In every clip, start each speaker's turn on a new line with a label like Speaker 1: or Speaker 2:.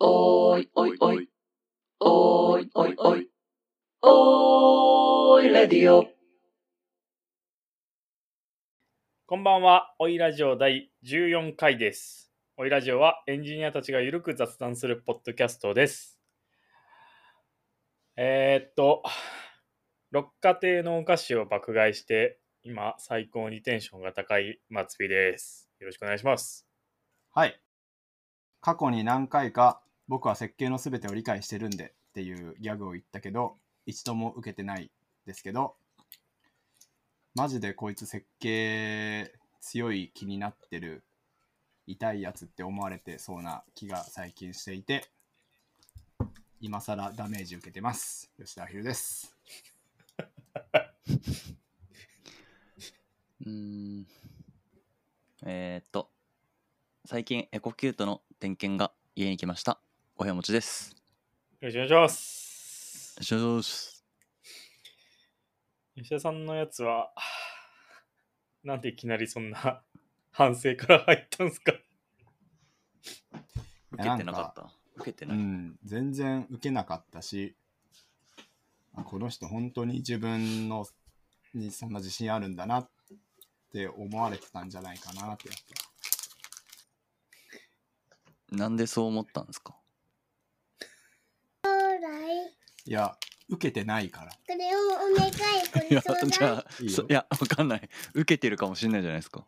Speaker 1: おーいおいおい。おーいおいおい。おーいレディオ。
Speaker 2: こんばんは、おいラジオ第14回です。おいラジオはエンジニアたちがゆるく雑談するポッドキャストです。えーっと、六花亭のお菓子を爆買いして、今、最高にテンションが高い松井です。よろしくお願いします。
Speaker 3: はい。過去に何回か僕は設計のすべてを理解してるんでっていうギャグを言ったけど、一度も受けてないですけど、マジでこいつ設計強い気になってる痛いやつって思われてそうな気が最近していて、今更ダメージ受けてます。吉田アヒルです。
Speaker 4: うーん。えー、っと、最近エコキュートの点検が家に来ました。お部屋持ちです。
Speaker 2: よろしくお願いします。
Speaker 4: しょし
Speaker 2: 吉田さんのやつは、なんでいきなりそんな反省から入ったんですか
Speaker 4: 受けてなかった。受けて
Speaker 3: う
Speaker 4: ない。
Speaker 3: ん、全然受けなかったし、あこの人本当に自分のにそんな自信あるんだなって思われてたんじゃないかなってやっ
Speaker 4: なんでそう思ったんですか
Speaker 5: 将来
Speaker 3: ぱいや、受けてないから。
Speaker 5: これをお願いこ
Speaker 4: い
Speaker 5: れ
Speaker 4: や、
Speaker 5: ちょうだい
Speaker 4: じゃあ、
Speaker 3: いいよ
Speaker 4: そい や、わかんない。受けてるかもしんないじゃないですか。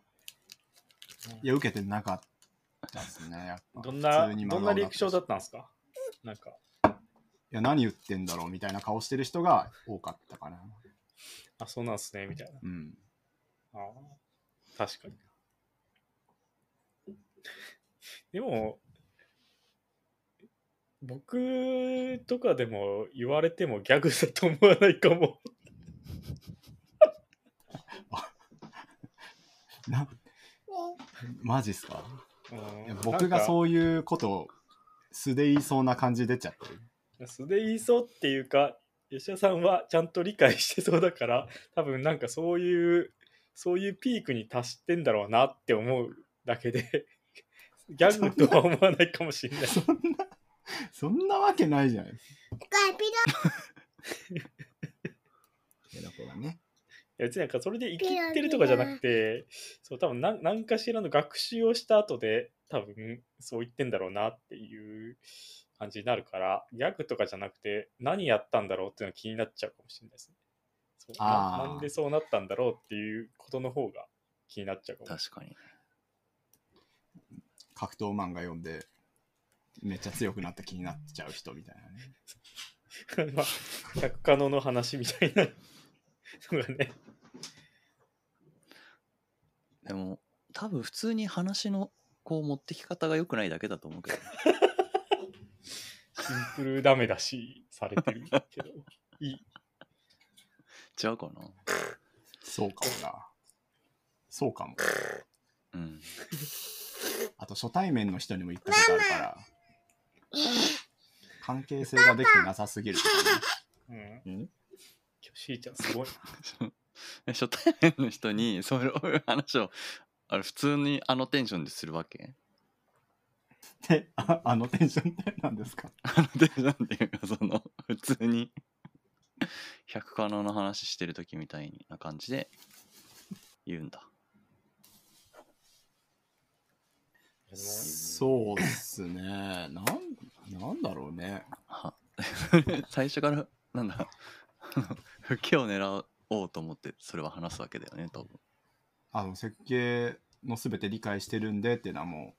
Speaker 3: いや、受けてなかったですね、やっぱ。
Speaker 2: どんな、
Speaker 3: 普通に
Speaker 2: どんなリアクションだ
Speaker 3: い
Speaker 2: ったんですかなんか、
Speaker 3: や、何言ってんだろうみたいな顔してる人が多かったかな。
Speaker 2: あ、そうなんすね、みたいな。
Speaker 3: うん。
Speaker 2: ああ、確かに。でも、僕とかでも言われてもギャグだと思わないかも。
Speaker 3: な
Speaker 5: ね
Speaker 3: マジっすかいや
Speaker 2: うん
Speaker 3: 僕がそういうことを素で言いそうな感じ出ちゃってる。
Speaker 2: なんか素で言いそうっていうか、吉田さんはちゃんと理解してそうだから、多分なんかそういう、そういうピークに達してんだろうなって思うだけで、ギャグとは思わないかもしれない。
Speaker 3: そんなわけないじゃないですか。
Speaker 5: これピ
Speaker 3: いやだからね。
Speaker 2: いや別になんかそれで生きってるとかじゃなくて、そう多分なん何かしらの学習をした後で、多分そう言ってんだろうなっていう感じになるから、ギャグとかじゃなくて、何やったんだろうっていうのが気になっちゃうかもしれないですね。そうな
Speaker 3: あー
Speaker 2: なんでそうなったんだろうっていうことの方が気になっちゃうかも。
Speaker 4: 確かに。
Speaker 3: 格闘漫画読んでめっちゃ強くなった気になっちゃう人みたいなね
Speaker 2: まあ、百科のの話みたいなのがね。
Speaker 4: でも、多分普通に話の、こう、持ってき方が良くないだけだと思うけど。
Speaker 2: シンプルダメだし、されてるけど。いい。
Speaker 4: 違うかな
Speaker 3: そうかもなそうかも
Speaker 4: うん。
Speaker 3: あと初対面の人にも言ったことあるから関係性ができてなさすぎるとか
Speaker 2: うん。
Speaker 3: ね、うん
Speaker 2: 今日しーちゃんすごいな。
Speaker 4: 初対面の人に、そういう話を、あれ、普通にあのテンションでするわけ
Speaker 3: で ああのテンションって何ですか
Speaker 4: あのでなんていうかその普通に百科能の話してる時みたいな感じで言うんだ
Speaker 3: そうっすねなんなんだろうね
Speaker 4: は 最初からなんだあの不器を狙おうと思ってそれは話すわけだよね多分
Speaker 3: あの設計の全て理解してるんでっていうのはも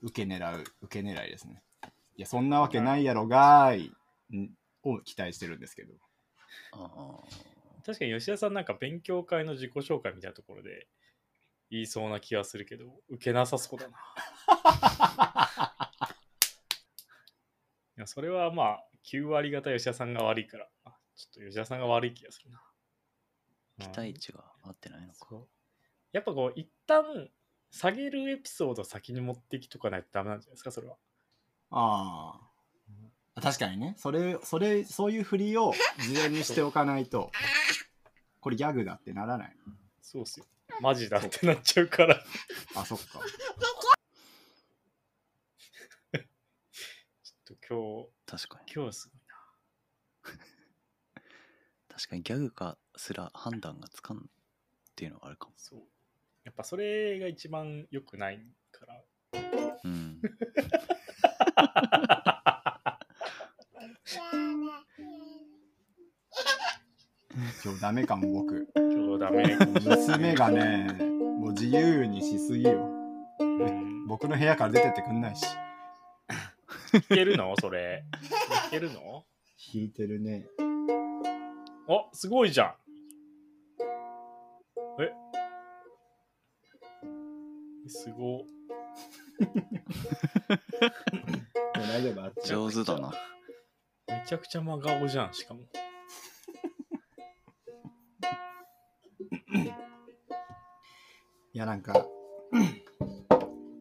Speaker 3: う受け狙う受け狙いですねいやそんなわけないやろがーいんを期待してるんですけど
Speaker 4: あ
Speaker 2: 確かに吉田さんなんか勉強会の自己紹介みたいなところで言いそうな気がするけど、受けなさそうだな。い やそれはまあ、9割方吉田さんが悪いから、あちょっと吉田さんが悪い気がするな。
Speaker 4: あ期
Speaker 2: うん
Speaker 4: 待値が合ってないのか
Speaker 2: そうやっぱこう、一旦下げるエピソードを先に持ってきとかないとダメなんじゃないですか、それは。
Speaker 3: ああ。確かにね。それ、それ、そういう振りを事前にしておかないと、これギャグだってならない。
Speaker 2: そうっすよ。マジだってなっちゃうから、
Speaker 3: あ、そっか。
Speaker 2: ちと今
Speaker 4: 確かに
Speaker 2: 日、今日すごいな。
Speaker 4: 確かにギャグかすら判断がつかんっていうのはあるかも
Speaker 2: そう。やっぱそれが一番良くないから。
Speaker 4: うん
Speaker 3: 今日ダメかも僕
Speaker 2: 今日ダメ。
Speaker 3: 娘がねもう自由にしすぎよ
Speaker 2: うん、
Speaker 3: 僕の部屋から出てってくんないし
Speaker 2: いけるのそれ。いけるの
Speaker 3: 引いてるね
Speaker 2: あすごいじゃん。えすご。
Speaker 3: もう大丈夫あっちゃう
Speaker 4: 上手だな
Speaker 2: めちゃくちゃ真顔じゃん、しかも。
Speaker 3: いやなんか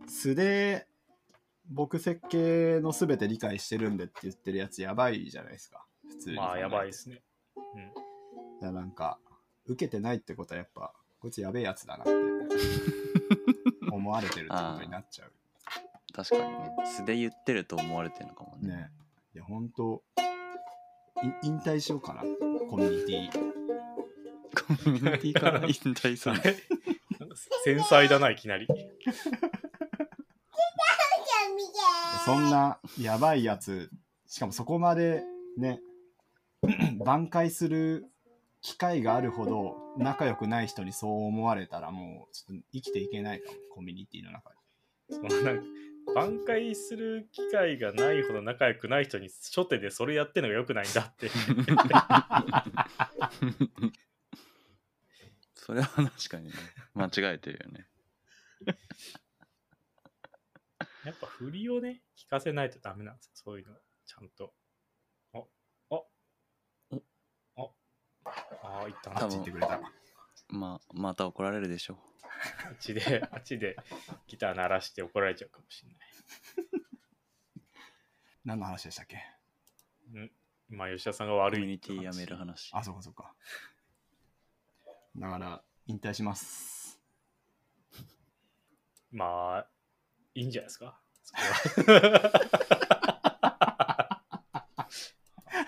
Speaker 3: 素で僕設計の全て理解してるんでって言ってるやつやばいじゃないですか普通に
Speaker 2: まあ、やばい
Speaker 3: い
Speaker 2: ですね。
Speaker 3: やなんか受けてないってことはやっぱこいつやべえやつだなって 思われてるってことになっちゃう
Speaker 4: 確かにね素で言ってると思われてるのかもね
Speaker 3: ねいや本当い引退しようかなコミュニティ
Speaker 4: コミュニティから引退す
Speaker 2: あ
Speaker 4: る
Speaker 2: れなんか 繊細だな、いきなり。
Speaker 3: そんなやばいやつしかもそこまでね 挽回する機会があるほど仲良くない人にそう思われたらもうちょっと生きていけないかもコミュニティの中で
Speaker 2: そのなんか挽回する機会がないほど仲良くない人に初手でそれやってんのが良くないんだって
Speaker 4: それは確かにね間違えてるよね
Speaker 2: やっぱ振りをね聞かせないとダメなんですよそういうのちゃんとおお
Speaker 4: お
Speaker 2: おああいったな
Speaker 4: 多
Speaker 3: あっち行
Speaker 4: 分
Speaker 3: ってくれた
Speaker 4: まあまた怒られるでしょ
Speaker 2: あっちであっちでギター鳴らして怒られちゃうかもしれない
Speaker 3: 何の話でしたっけ
Speaker 2: 今吉田さんが
Speaker 4: う
Speaker 2: 悪
Speaker 4: コ
Speaker 2: い
Speaker 4: ミュニティやめる話
Speaker 3: あそうかそうかだから引退します
Speaker 2: まあいいんじゃないですかそ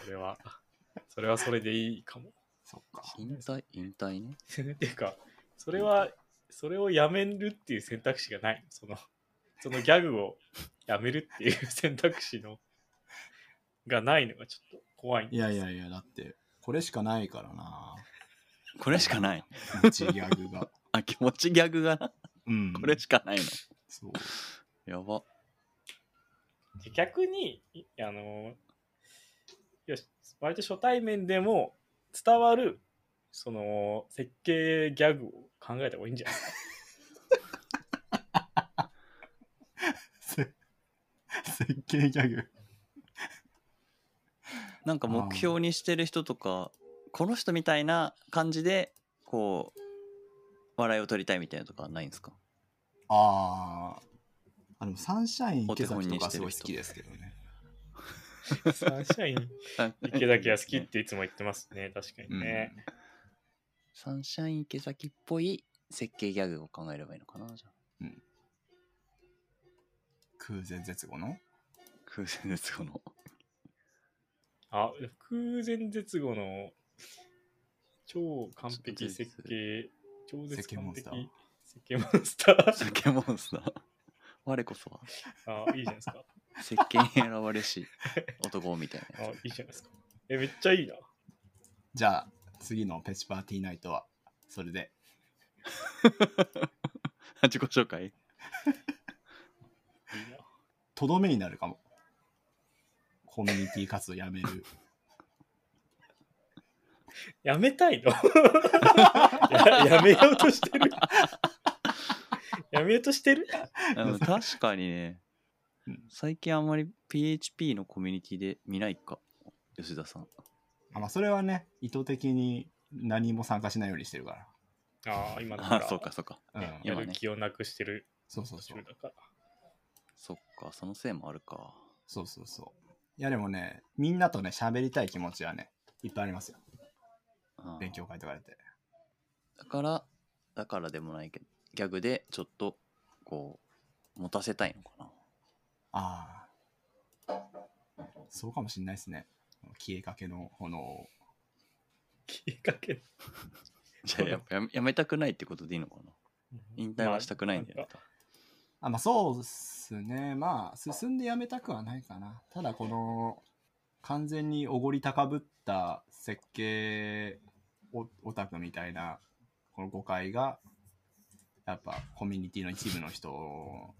Speaker 2: れ はそれはそれはそれでいいかも
Speaker 3: そっか
Speaker 4: 引退引退ね
Speaker 2: っていうか、それは、それをやめるっていう選択肢がない。その、そのギャグをやめるっていう選択肢の、 がないのがちょっと怖いんで
Speaker 3: いやいやいやだってこれしかないからな
Speaker 4: これしかないう
Speaker 3: ちギャグ が
Speaker 4: あ気持ちギャグがな
Speaker 3: うん
Speaker 4: これしかないの
Speaker 3: そう
Speaker 4: やば
Speaker 2: 逆に、いあの、よし、割と初対面でも伝わる、その、設計ギャグを考えた方がいいんじゃないですか。
Speaker 3: せ設計ギャグ
Speaker 4: なんか目標にしてる人とかこの人みたいな感じでこう笑いを取りたいみたいなとかないんですか
Speaker 3: あーあでもサンシャイン
Speaker 4: お手
Speaker 3: 池
Speaker 4: 本
Speaker 3: 崎と
Speaker 4: に
Speaker 3: か
Speaker 4: して
Speaker 3: すご
Speaker 4: る人
Speaker 3: い好きですけどね
Speaker 2: サンシャイン池崎は好 きっていつも言ってますね。確かにね。
Speaker 4: サンシャイン池崎っぽい設計ギャグを考えればいいのかなじゃあ
Speaker 3: 空前絶後の
Speaker 4: 空前絶後の
Speaker 2: あ、空前絶後の超完璧設計、超絶完璧設計モンスター。
Speaker 4: 設計モンスター我こそは
Speaker 2: あ、いいじゃないですか。
Speaker 4: 設計に選ばれし男みたい
Speaker 2: あ
Speaker 4: なや、
Speaker 2: いいじゃないですか。え、めっちゃいいな。
Speaker 3: じゃあ次のペチパーティーナイトはそれで
Speaker 4: つ自己紹
Speaker 2: い
Speaker 4: 介
Speaker 2: いな。
Speaker 3: とどめになるかもコミュニティ活動やめる
Speaker 2: やめたいのややめようとしてる。やめようとしてる
Speaker 4: あの確かにね
Speaker 3: うん
Speaker 4: 最近あんまり PHP のコミュニティで見ないか吉田さん
Speaker 3: あ、まあ、それはね意図的に何も参加しないようにしてるか、
Speaker 2: ああ、今だか
Speaker 4: あ
Speaker 2: ら。
Speaker 4: そうかそうから
Speaker 3: うん、
Speaker 2: や
Speaker 4: 今ね
Speaker 2: る気をなくしてる
Speaker 3: そうそう
Speaker 2: 途
Speaker 3: そう
Speaker 2: 中だから。
Speaker 4: そっかそのせいもあるか
Speaker 3: そうそうそういやでもねみんなとね喋りたい気持ちはねいっぱいありますよ
Speaker 4: あー
Speaker 3: 勉強会とかやって
Speaker 4: だからだからでもないけどギャグでちょっとこう持たせたいのかな
Speaker 3: ああそうかもしんないですね。消えかけの炎を。
Speaker 2: 消えかけ。
Speaker 4: じゃあやっ ぱやめやめたくないってことでいいのかな引退はしたくないんだよ
Speaker 2: ま
Speaker 4: ね
Speaker 2: あ。
Speaker 3: あ、まあそうっすね。まあ、進んでやめたくはないかな。ただこの、完全におごり高ぶった設計オオタクみたいな、この誤解が、やっぱコミュニティの一部の人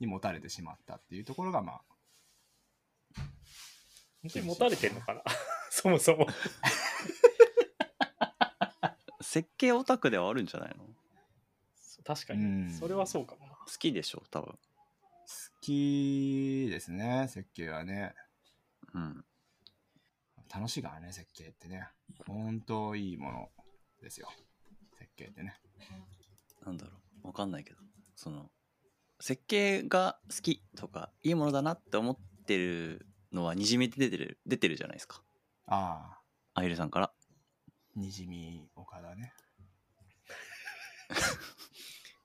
Speaker 3: に持たれてしまったっていうところが、まあ、
Speaker 2: 本当に持たれてんのかな そもそも。
Speaker 4: 設計オタクではあるんじゃないの好
Speaker 2: 確か
Speaker 3: うん
Speaker 2: に。それはそうかもな。
Speaker 4: きでしょ多分。
Speaker 3: 好きですね、設計はね。
Speaker 4: うん。
Speaker 3: 楽しいからね、設計ってね。ほんといいものですよ。設計ってね。
Speaker 4: なんだろう。わかんないけど。その、設計が好きとか、いいものだなって思ってるのは、にじみ出てる、出てるじゃないですか。
Speaker 3: ああ、
Speaker 4: アイルさんから。
Speaker 3: にじみ岡田ね。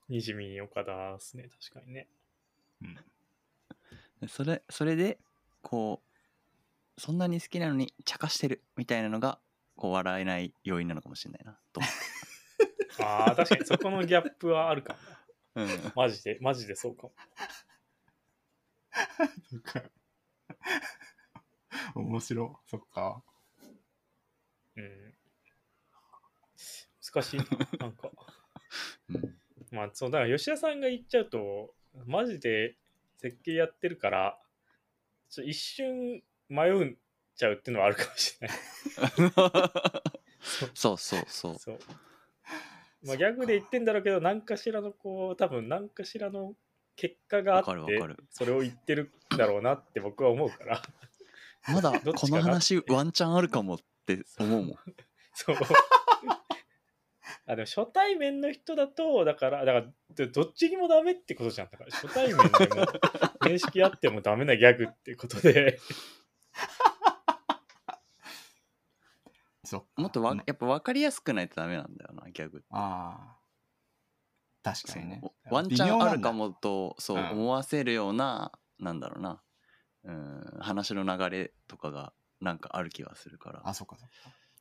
Speaker 2: にじみ岡田ですね。確かにね。
Speaker 3: うん。
Speaker 4: でそれ、それで、こう、そんなに好きなのに、茶化してるみたいなのが、こう、笑えない要因なのかもしれないな、 と思って。
Speaker 2: ああ、確かにそこのギャップはあるかもな。
Speaker 4: うん
Speaker 2: マジで、マジでそうかも。
Speaker 3: そっか。面白。そっか。
Speaker 2: うん。難しいな。なんか。
Speaker 4: うん。
Speaker 2: まあ、そう、だから吉田さんが言っちゃうと、マジで設計やってるから、ちょ一瞬迷うんちゃうっていうのはあるかもしれない。
Speaker 4: そうそうそう。
Speaker 2: そう。まあ、ギャグで言ってんだろうけど、何かしらのこう、多分何かしらの結果があっ
Speaker 4: わかるわか
Speaker 2: て
Speaker 4: る、
Speaker 2: それを言ってるんだろうなって僕は思うから、
Speaker 4: まだ
Speaker 2: どっちかな
Speaker 4: この話ワンチャンあるかもって思うもん。
Speaker 2: そう。あでも初対面の人だと、だから、だから、どっちにもダメってことじゃん。だから、初対面でも、面識あってもダメなギャグってことで、
Speaker 3: そっか。
Speaker 4: もっとわ
Speaker 3: うん
Speaker 4: やっぱ分かりやすくないとダメなんだよな、ギャグって。
Speaker 3: ああ。確
Speaker 4: そ
Speaker 3: かにね
Speaker 4: の。ワンチ
Speaker 3: 微
Speaker 4: ャ
Speaker 3: 妙
Speaker 4: ン
Speaker 3: なん
Speaker 4: あ
Speaker 3: だ
Speaker 4: るか。もとそう
Speaker 3: うん
Speaker 4: 思わせるような、なんだろうな、うん、話の流れとかがなんかある気がするから
Speaker 3: あ、。そっかそっか。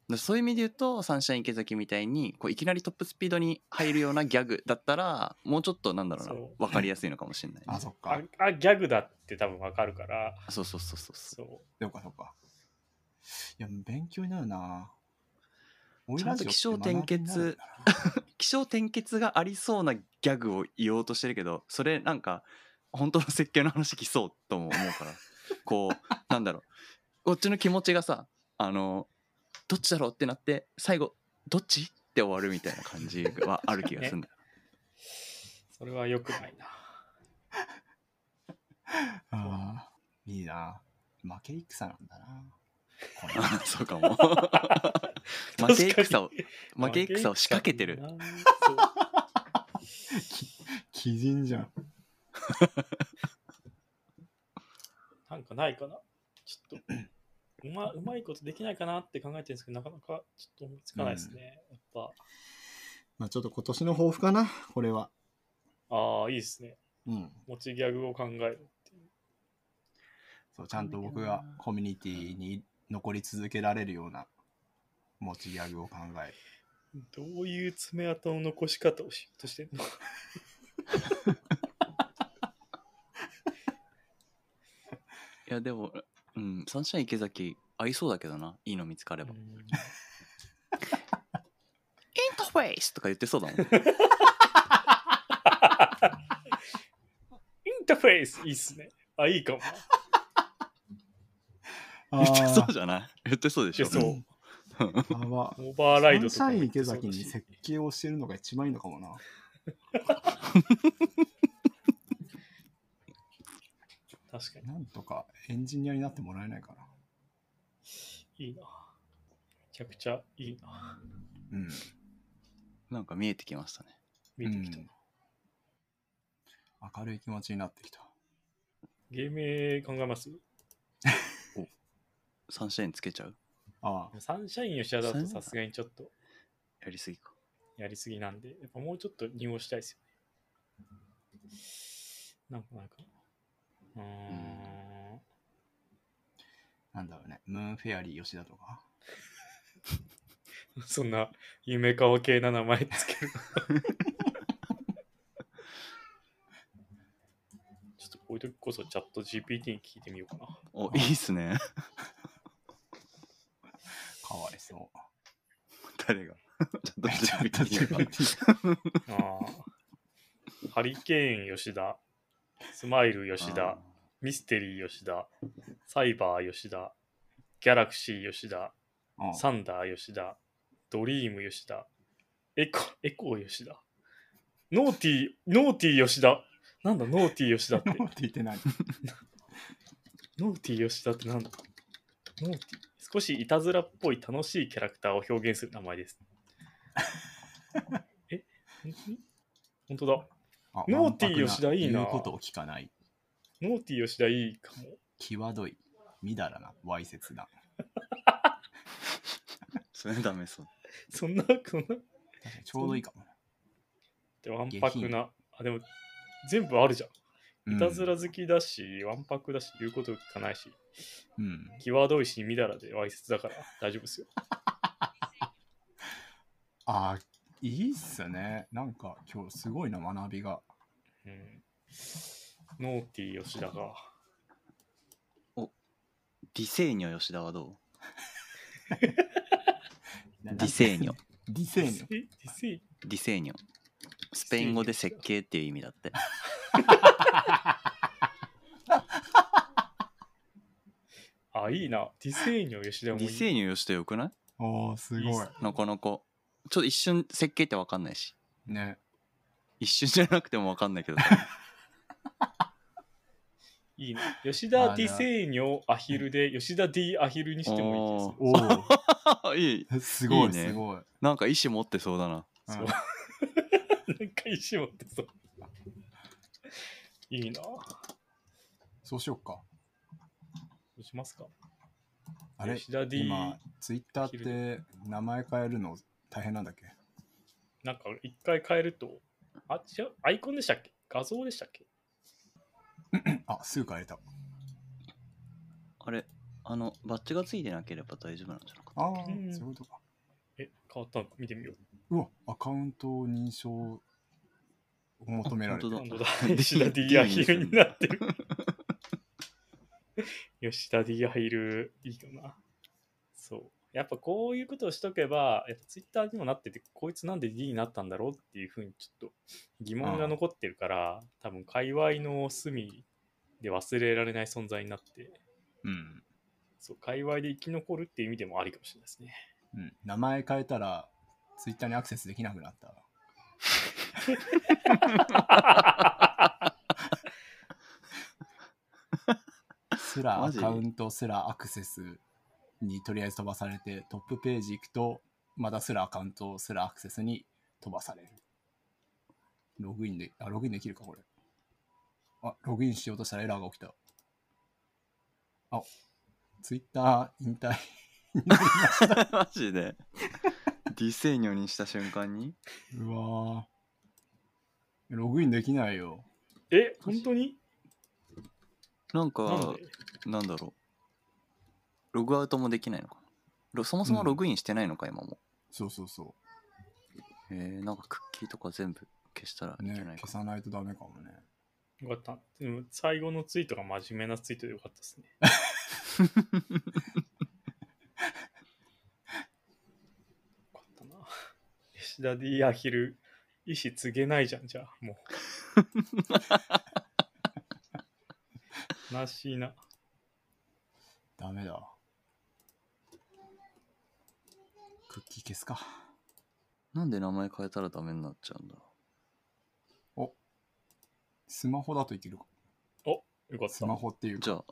Speaker 4: でそういう意味で言うと、サンシャイン池崎みたいに、こういきなりトップスピードに入るようなギャグだったら、もうちょっとなんだろうな
Speaker 2: そう、
Speaker 4: 分かりやすいのかもしれないね、
Speaker 3: あ、そっ
Speaker 2: あ
Speaker 3: か。、
Speaker 2: あギャグだって多分わかるから、
Speaker 4: そうそうそうそうそう。
Speaker 2: そ
Speaker 3: そうかそっか。いや、勉強になるな。おい
Speaker 4: ちゃんと
Speaker 3: ラジオって
Speaker 4: 起承転結
Speaker 3: 学びになるから
Speaker 4: 気象転結がありそうなギャグを言おうとしてるけどそれなんか本当の設計の話来そうとも思うから こうなんだろうこっちの気持ちがさあのどっちだろうってなって最後どっちって終わるみたいな感じはある気がするん だよ、
Speaker 2: う。それは良くないな。
Speaker 3: ああ、いいな。負け戦なんだな。これ
Speaker 4: そうかも 負け戦を負け戦を仕掛けてる
Speaker 2: 負け
Speaker 3: 鬼人じゃん。
Speaker 2: そうなんかないかな。ちょっと、うまうまいことできないかなって考えてるんですけど、なかなかちょっと思いつかないですね。やっぱ、
Speaker 3: まあちょっと今年の抱負かな、これは。
Speaker 2: ああ、いいですね。
Speaker 3: うん。
Speaker 2: 持ちギャグを考えるっていう。
Speaker 3: そう、ちゃんと僕がコミュニティに残り続けられるような持ちギャグを考える。
Speaker 2: どういう爪痕の残し方をしようとしてんの
Speaker 4: いやでもうんサンシャイン池崎合いそうだけどないいの見つかれば「インターフェース!」とか言ってそうだもん
Speaker 2: インターフェースいいっすね。あ、いいかも。
Speaker 3: あ
Speaker 4: 言って そうじゃない 言ってそうでしょ
Speaker 2: いやそう
Speaker 3: あ、やば。
Speaker 2: オーバーライドと
Speaker 3: サ
Speaker 2: か
Speaker 3: ンシャ
Speaker 2: 行
Speaker 3: イン池
Speaker 2: けそうだし
Speaker 3: 崎に設計をしてるのが一番いいのかもな。
Speaker 2: 確か
Speaker 3: なんとかエンジニアになってもらえないか
Speaker 2: に。いいな。めちゃくちゃいいな。
Speaker 3: な。うん。
Speaker 4: なんか見えてきましたね。
Speaker 2: 見てきた。
Speaker 3: うん明るい気持ちになってきた。
Speaker 2: 芸名考えます
Speaker 4: サンシャインつけちゃう
Speaker 3: ああ、
Speaker 2: サンシャイン吉田だとさすがにちょっと
Speaker 4: やりすぎか。
Speaker 2: やりすぎなんで、やっぱもうちょっと濁したいですよね。なんかなんか。うーん。
Speaker 3: なんだろうね、ムーンフェアリー吉田とか。
Speaker 2: そんな夢顔系な名前つけるのちょっとこういう時こそチャット GPT に聞いてみようかな。
Speaker 4: おいいっすね
Speaker 3: かわいそう。
Speaker 4: 誰が ちょっと
Speaker 3: ちょっと
Speaker 4: 見てみようか
Speaker 3: GPT
Speaker 2: あーハリケーン吉田、スマイル吉田、ミステリー吉田、サイバー吉田、ギャラクシー吉田、
Speaker 3: うん
Speaker 2: サンダー吉田、ドリーム吉田、エコ、エコー吉田、ノーティー、ノーティー吉田、なんだノーティー吉田って。
Speaker 3: って言ってない。
Speaker 2: ノーティー吉田ってなんだノーティー少しいたずらっぽい楽しいキャラクターを表現する名前です。え本当に本当だ。
Speaker 3: あ
Speaker 2: ノーティー吉田いいな
Speaker 3: わんぱく言うことを聞かない。
Speaker 2: ノーティー吉田いいかも。
Speaker 3: 際どい。みだらな。わいせつな。
Speaker 4: それダメそう
Speaker 2: そんな、そんな。
Speaker 3: 確かにちょうどいいかもね。
Speaker 2: で、わんぱくな。あ、でも、全部あるじゃん。いたずら
Speaker 3: ず。
Speaker 2: 好きだし、わんぱくだし、言うこと聞かないし、
Speaker 3: うん。
Speaker 2: 際どいし、みだらでわいせつだから大丈夫ですよ。
Speaker 3: あいいっすね。なんか今日すごいな、学びが。
Speaker 2: うん、ノーティー吉田が。
Speaker 4: ディセーニョ吉田はどう
Speaker 3: デ
Speaker 4: ディセ ーニョ。
Speaker 3: ディセーニ
Speaker 2: ディセイディセイ
Speaker 4: ディセーニョスペイン語で設計っていう意味だって
Speaker 2: あ、いいな。ディセイニョ吉田
Speaker 4: デ
Speaker 2: もい
Speaker 4: ィ
Speaker 2: い。
Speaker 4: セーニョ吉田よくない
Speaker 3: ョ。おー、す
Speaker 2: いい
Speaker 3: ご
Speaker 2: っ
Speaker 3: い。
Speaker 4: なかなかちょっと一瞬設計って分かんないし
Speaker 3: ね。
Speaker 4: 一瞬じゃなくても分かんないけど
Speaker 2: いい ね。吉
Speaker 3: あ
Speaker 2: 田
Speaker 3: ら
Speaker 2: ディセーニョアヒルで、吉田 D アヒルにしても
Speaker 3: おー、
Speaker 4: あいい
Speaker 3: すご
Speaker 4: いい
Speaker 3: い、
Speaker 4: ね
Speaker 3: すごい。
Speaker 4: なんか意思持ってそうだない
Speaker 2: いです。
Speaker 3: うん
Speaker 2: そう。なんか石持ってそう。いいな。ど
Speaker 3: そうしよっか。
Speaker 2: うしますか
Speaker 3: あれ
Speaker 2: 吉田 D
Speaker 3: 今、ツイッターって名前変えるの大変なんだっけ
Speaker 2: なんか一回変えると、あ、違う、アイコンでしたっけ画像でしたっけ
Speaker 3: あ、すぐ変えた。
Speaker 4: あれあのバッジがついてなければ大丈夫なんじゃなかった
Speaker 3: ああ、
Speaker 2: うん
Speaker 3: そういうことか。
Speaker 2: え、変わったのか見てみよう。
Speaker 3: うわ、アカウント認証を求められて
Speaker 4: あ
Speaker 3: る。
Speaker 4: 本
Speaker 2: 今度だ。
Speaker 4: D
Speaker 2: 吉田 D アヒルになってる。吉田 D アヒル、いいかな。そう。やっぱこういうことをしとけば、やっぱツイッターにもなってて、こいつなんで D になったんだろうっていうふうにちょっと疑問が残ってるから、多分界隈の隅で忘れられない存在になって、
Speaker 3: うん。
Speaker 2: そう、界隈で生き残るっていう意味でもありかもしれないですね。
Speaker 3: うん、名前変えたら、ツイッターにアクセスできなくなった。すら
Speaker 4: マ
Speaker 3: ア
Speaker 4: ジ
Speaker 3: カウントすらアクセスにとりあえず飛ばされて、トップページ行くと、またすらアカウントすらアクセスに飛ばされる。ログインで、あ、ログインできるか、これ。あ、ログインしようとしたらエラーが起きた。あ、ツイッター引退。
Speaker 4: マジでディセーニョにした瞬間に
Speaker 3: うわぁ。ログインできないよ。
Speaker 2: え、本当に
Speaker 4: な
Speaker 2: な
Speaker 4: ん
Speaker 2: ん
Speaker 4: か
Speaker 2: で
Speaker 4: なんだろうログアウトもできないのかなロそもそもログインしてないのか、今も
Speaker 3: そうそうそ
Speaker 4: えー、なんかクッキーとか全部消したら
Speaker 3: う。
Speaker 4: いけ
Speaker 3: ね
Speaker 4: ない
Speaker 3: 消
Speaker 4: か、、
Speaker 3: さないとダメかもね。
Speaker 2: よかった。でも最後のツイートが真面目なツイートでよかったですね。よかったな。吉田 D アヒル、意思告げないじゃん、じゃあ、もう。悲しいな。
Speaker 3: ダメだ。クッキー消すか。
Speaker 4: なんで名前変えたらダメになっちゃうんだろ
Speaker 3: スマホだといけるか。
Speaker 2: よかっ
Speaker 3: ス
Speaker 2: た。
Speaker 3: マホっていう
Speaker 4: う
Speaker 3: か
Speaker 4: じゃあ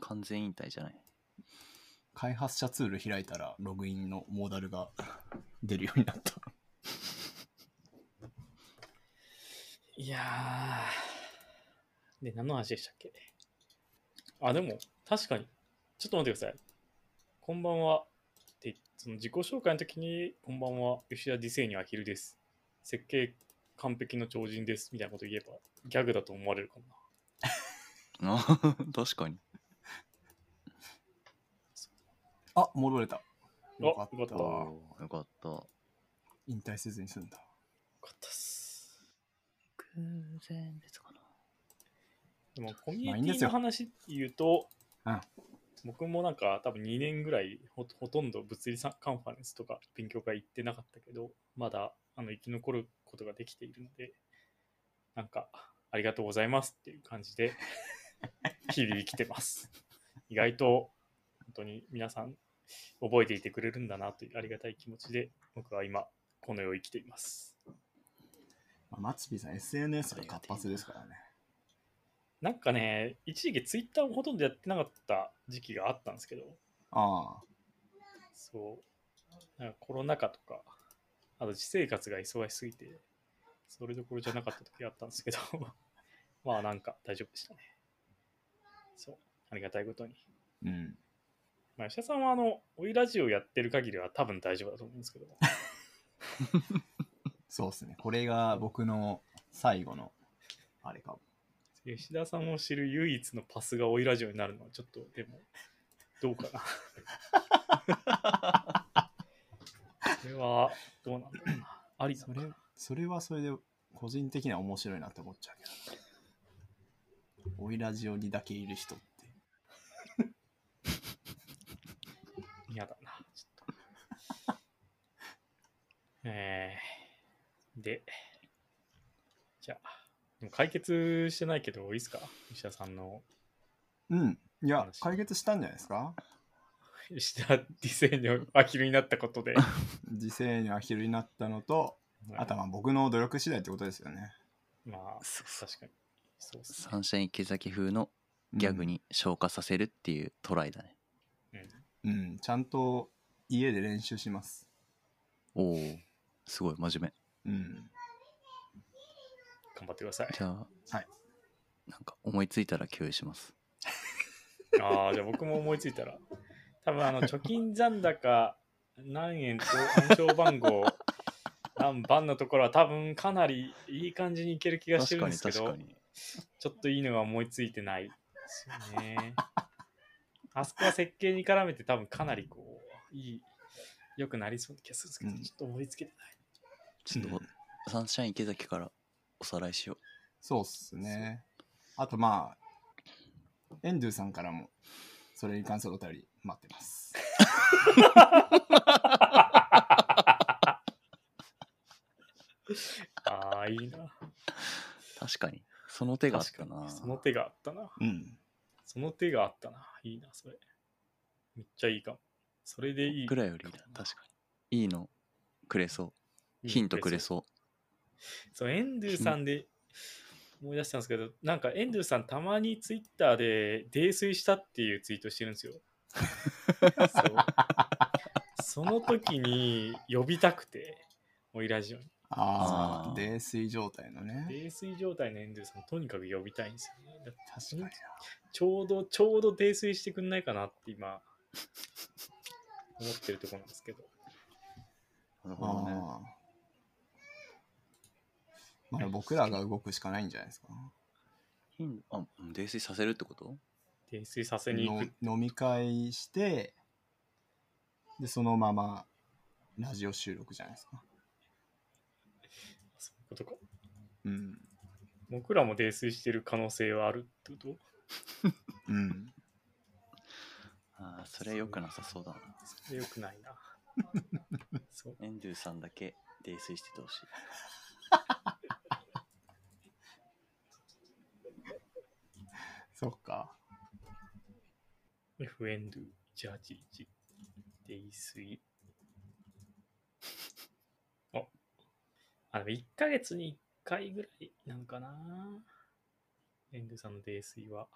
Speaker 4: 完全引退じゃない
Speaker 3: 開発者ツール開いたらログインのモーダルが 出るようになった。
Speaker 2: いやー。で、何の話でしたっけあ、でも、確かに。ちょっと待ってください。こんばんは。って、その自己紹介の時に、こんばんは、吉田ディセイニアヒルです。設計完璧の超人です。みたいなこと言えば、ギャグだと思われるかもな。
Speaker 4: あ確かに
Speaker 3: あ、戻れた。よかっ
Speaker 2: よ
Speaker 3: た。
Speaker 2: かっ
Speaker 4: おーよかった。
Speaker 3: 引退せずに済んだ。
Speaker 2: かったっす。
Speaker 4: 偶然別かな。
Speaker 2: でもコミ
Speaker 3: まあ
Speaker 2: ュ
Speaker 3: いいん
Speaker 2: ニティ
Speaker 3: ですよ
Speaker 2: の話って言うと、
Speaker 3: うん
Speaker 2: 僕もなんか多分2年ぐらいほほとんど物理さカンファレンスとか勉強会行ってなかったけど、まだあの生き残ることができているので、なんかありがとうございますっていう感じ で日々生きてます。意外と本当に皆さん覚えていてくれるんだなというありがたい気持ちで僕は今この世を生きています。
Speaker 3: まあ、マツピーさん、SNS が活発ですからね。
Speaker 2: なんかね、一時期ツイッターもほとんどやってなかった時期があったんですけど、
Speaker 3: ああ、
Speaker 2: そう。なんかコロナ禍とか、あと私生活が忙しすぎて、それどころじゃなかった時があったんですけど、 まあなんか大丈夫でしたね。そう。ありがたいことに。
Speaker 3: うん。
Speaker 2: まあ吉田さんはあの、おいラジオやってる限りは多分大丈夫だと思うんですけど、
Speaker 3: そうですね。これが僕の最後の、あれかも。
Speaker 2: 吉田さんを知る唯一のパスがおいラジオになるのはちょっと、でも、どうかな。それは、どうなんだろうな。ありな
Speaker 3: そ
Speaker 2: のか
Speaker 3: れ
Speaker 2: な、
Speaker 3: それはそれで、個人的には面白いなって思っちゃうけど。おいラジオにだけいる人って。
Speaker 2: 嫌だな、ちょっと。えー、で、じゃあ、でも解決してないけど、いいですか石田さんの、
Speaker 3: うん。いや、解決したんじゃないですか
Speaker 2: 石田ディセイのアヒルになったことで。
Speaker 3: 時世にアヒルになったのと、あとはまあ僕の努力次第ってことですよね。
Speaker 2: まあ、
Speaker 4: そうそ
Speaker 2: 確かに。そうっす
Speaker 4: サンシャイン池崎風のギャグに昇華させるっていうトライだね。
Speaker 2: ね。
Speaker 3: うん。うん、ちゃんと家で練習します。
Speaker 4: おお、すごい真面目。
Speaker 3: うん。
Speaker 2: 頑張ってください。
Speaker 4: じゃあ、
Speaker 3: はい
Speaker 4: なんか思いついたら共有します。
Speaker 2: ああ、じゃあ僕も思いついたら。多分あ の、貯金残高何円と暗証番 号何番のところは多分かなりいい感じにいける気がしてるんで
Speaker 4: 確かに
Speaker 2: すけ
Speaker 4: 確
Speaker 2: ど。
Speaker 4: かに。
Speaker 2: ちょっといいのが思いついてないですよ ね。あそこは設計に絡めて多分かなりこう、いい、良くなりそうな気がするんですけど、
Speaker 3: うん
Speaker 2: ちょっと思いつけて ない。
Speaker 4: ちょっと、
Speaker 3: うん
Speaker 4: サンシャイン池崎からおさらいしよ
Speaker 3: そうっすね。あとまあ、エンドゥさんからも、それに関するお便り待ってます。
Speaker 2: ああ、いいな。
Speaker 4: う。確かに。その手があっ
Speaker 2: 確か
Speaker 4: たな
Speaker 2: に。。その手があったな。
Speaker 3: うん。
Speaker 2: その手があったな。いいな、それ。めっちゃいいかも。それでいい。
Speaker 4: ぐらいよりだ、確かに。いいのくれそ。
Speaker 2: いうい
Speaker 4: ヒントくれそう。
Speaker 2: そう、エンドゥさんで思い出したんですけど、なんかエンドゥさんたまにツイッターで泥酔したっていうツイートしてるんです よ。そうその時に呼びたくて、もうイラジオに。
Speaker 3: あ
Speaker 4: あ
Speaker 3: あ、
Speaker 4: ー
Speaker 3: 泥酔状態のね。
Speaker 2: 泥酔状態のエンドゥさん、とにかく呼びたいんですよね。だって
Speaker 3: 確かにな。
Speaker 2: ちょうど、ちょうど泥酔してくんないかなって今、思ってるところなんですけど。
Speaker 4: なる
Speaker 3: ああー。まあ、僕らが動くしかないんじゃないですか。
Speaker 4: ヒンあ、うん泥酔させるってこと
Speaker 2: 泥酔させに行
Speaker 3: の
Speaker 2: く。
Speaker 3: 飲み会してでそのままラジオ収録じゃないですか
Speaker 2: そういうことか。
Speaker 3: うん
Speaker 2: 僕らも泥酔してる可能性はあるってこと
Speaker 3: うん
Speaker 4: ああ、それ良くなさそうだな。
Speaker 2: それよくないな。そう
Speaker 4: エンドゥさんだけ泥酔しててほしい。
Speaker 3: そっか
Speaker 2: F エンド181泥酔ああの1ヶ月に1回ぐらいなんかなエンドさんの泥酔は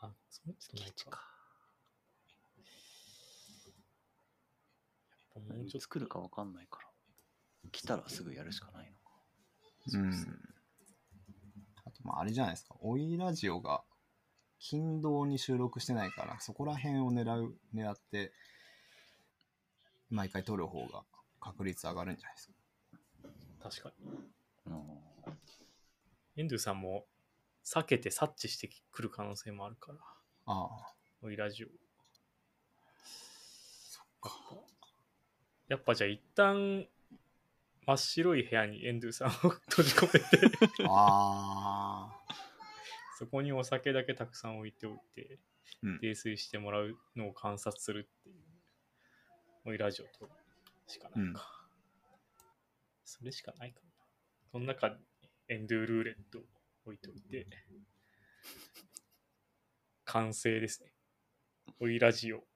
Speaker 2: あそんなことないかもうちょっと
Speaker 4: 作るか分かんないから。来たらすぐやるしかないの。
Speaker 3: う
Speaker 2: そうっすね
Speaker 3: んあとまああれじゃないですかおいラジオが金堂に収録してないからそこら辺を狙う狙って毎回撮る方が確率上がるんじゃないですか
Speaker 2: 確かに
Speaker 4: うん
Speaker 2: エンドさんも避けて察知してくる可能性もあるから
Speaker 3: ああ
Speaker 2: おいラジオやっぱじゃあ一旦真っ白い部屋にエンドゥさんを 閉じ込めて
Speaker 3: あ
Speaker 2: そこにお酒だけたくさん置いておいて
Speaker 3: ー、うん、
Speaker 2: 泥酔してもらうのを観察するっていうもうラジオとしかないか、それしかないかなその中にエンドゥルーレットを置いておいて完成ですねおいラジオ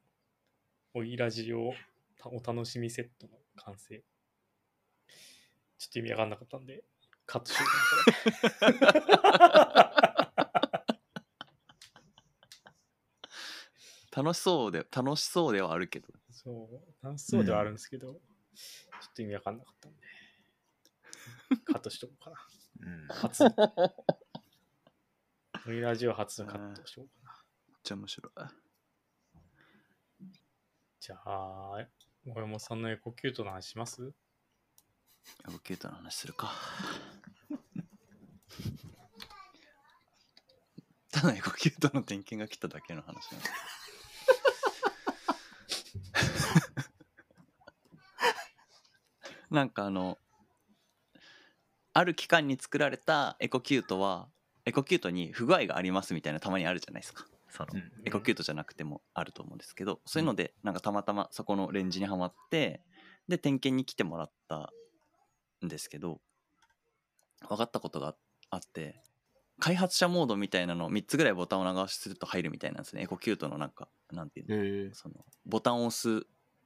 Speaker 2: おいラジオたお楽しみセットの完成ちょっと意味わかんなかったんでカットしようかなこれ
Speaker 4: 楽しそうで楽しそうではあるけど
Speaker 2: そう、楽しそうではあるんですけど、ちょっと意味わかんなかったん で、カットしとこうかな。
Speaker 3: うん、
Speaker 2: 初 の。ノイラジオ初のカットしようかな。
Speaker 4: めっちゃ面白い
Speaker 2: じゃあ、小山さんのエコキュートの話します
Speaker 4: ヤブケータの話するか。ただエコキュートの点検が来ただけの話なんだけどなんかあのある期間に作られたエコキュートはエコキュートに不具合がありますみたいなたまにあるじゃないですかその
Speaker 3: うん
Speaker 4: エコキュートじゃなくてもあると思うんですけど、そういうのでなんかたまたまそこのレンジにはまってで点検に来てもらったんですけど分かったことがあって開発者モードみたいなの3つぐらいボタンを長押しすると入るみたいなんですねエコキュートのなんかなんていうの
Speaker 3: えー、
Speaker 4: そのボタンを押すう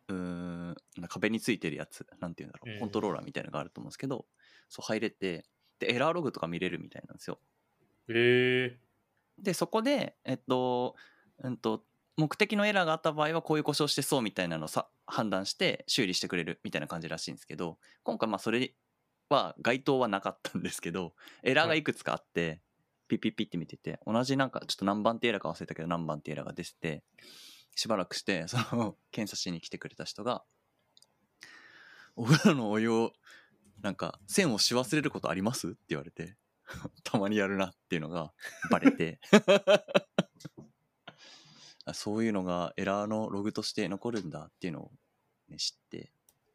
Speaker 4: ーんなんか壁についてるやつなんていうんだろ
Speaker 2: う
Speaker 4: うんコントローラーみたいなのがあると思うんですけどそう入れてでエラーログとか見れるみたいなんですよ
Speaker 2: え
Speaker 4: でそこでえっと,、うん、と目的のエラーがあった場合はこういう故障してそうみたいなのをさ判断して修理してくれるみたいな感じらしいんですけど今回まあそれは該当はなかったんですけどエラーがいくつかあって、ピッピッピッって見てて同じなんかちょっと何番ってエラーか忘れたけど何番ってエラーが出ててしばらくしてその検査しに来てくれた人が「お風呂のお湯をなんか線をし忘れることあります?」って言われて たまにやるなっていうのがバレてあそういうのがエラーのログとして残るんだっていうのを、ね、知って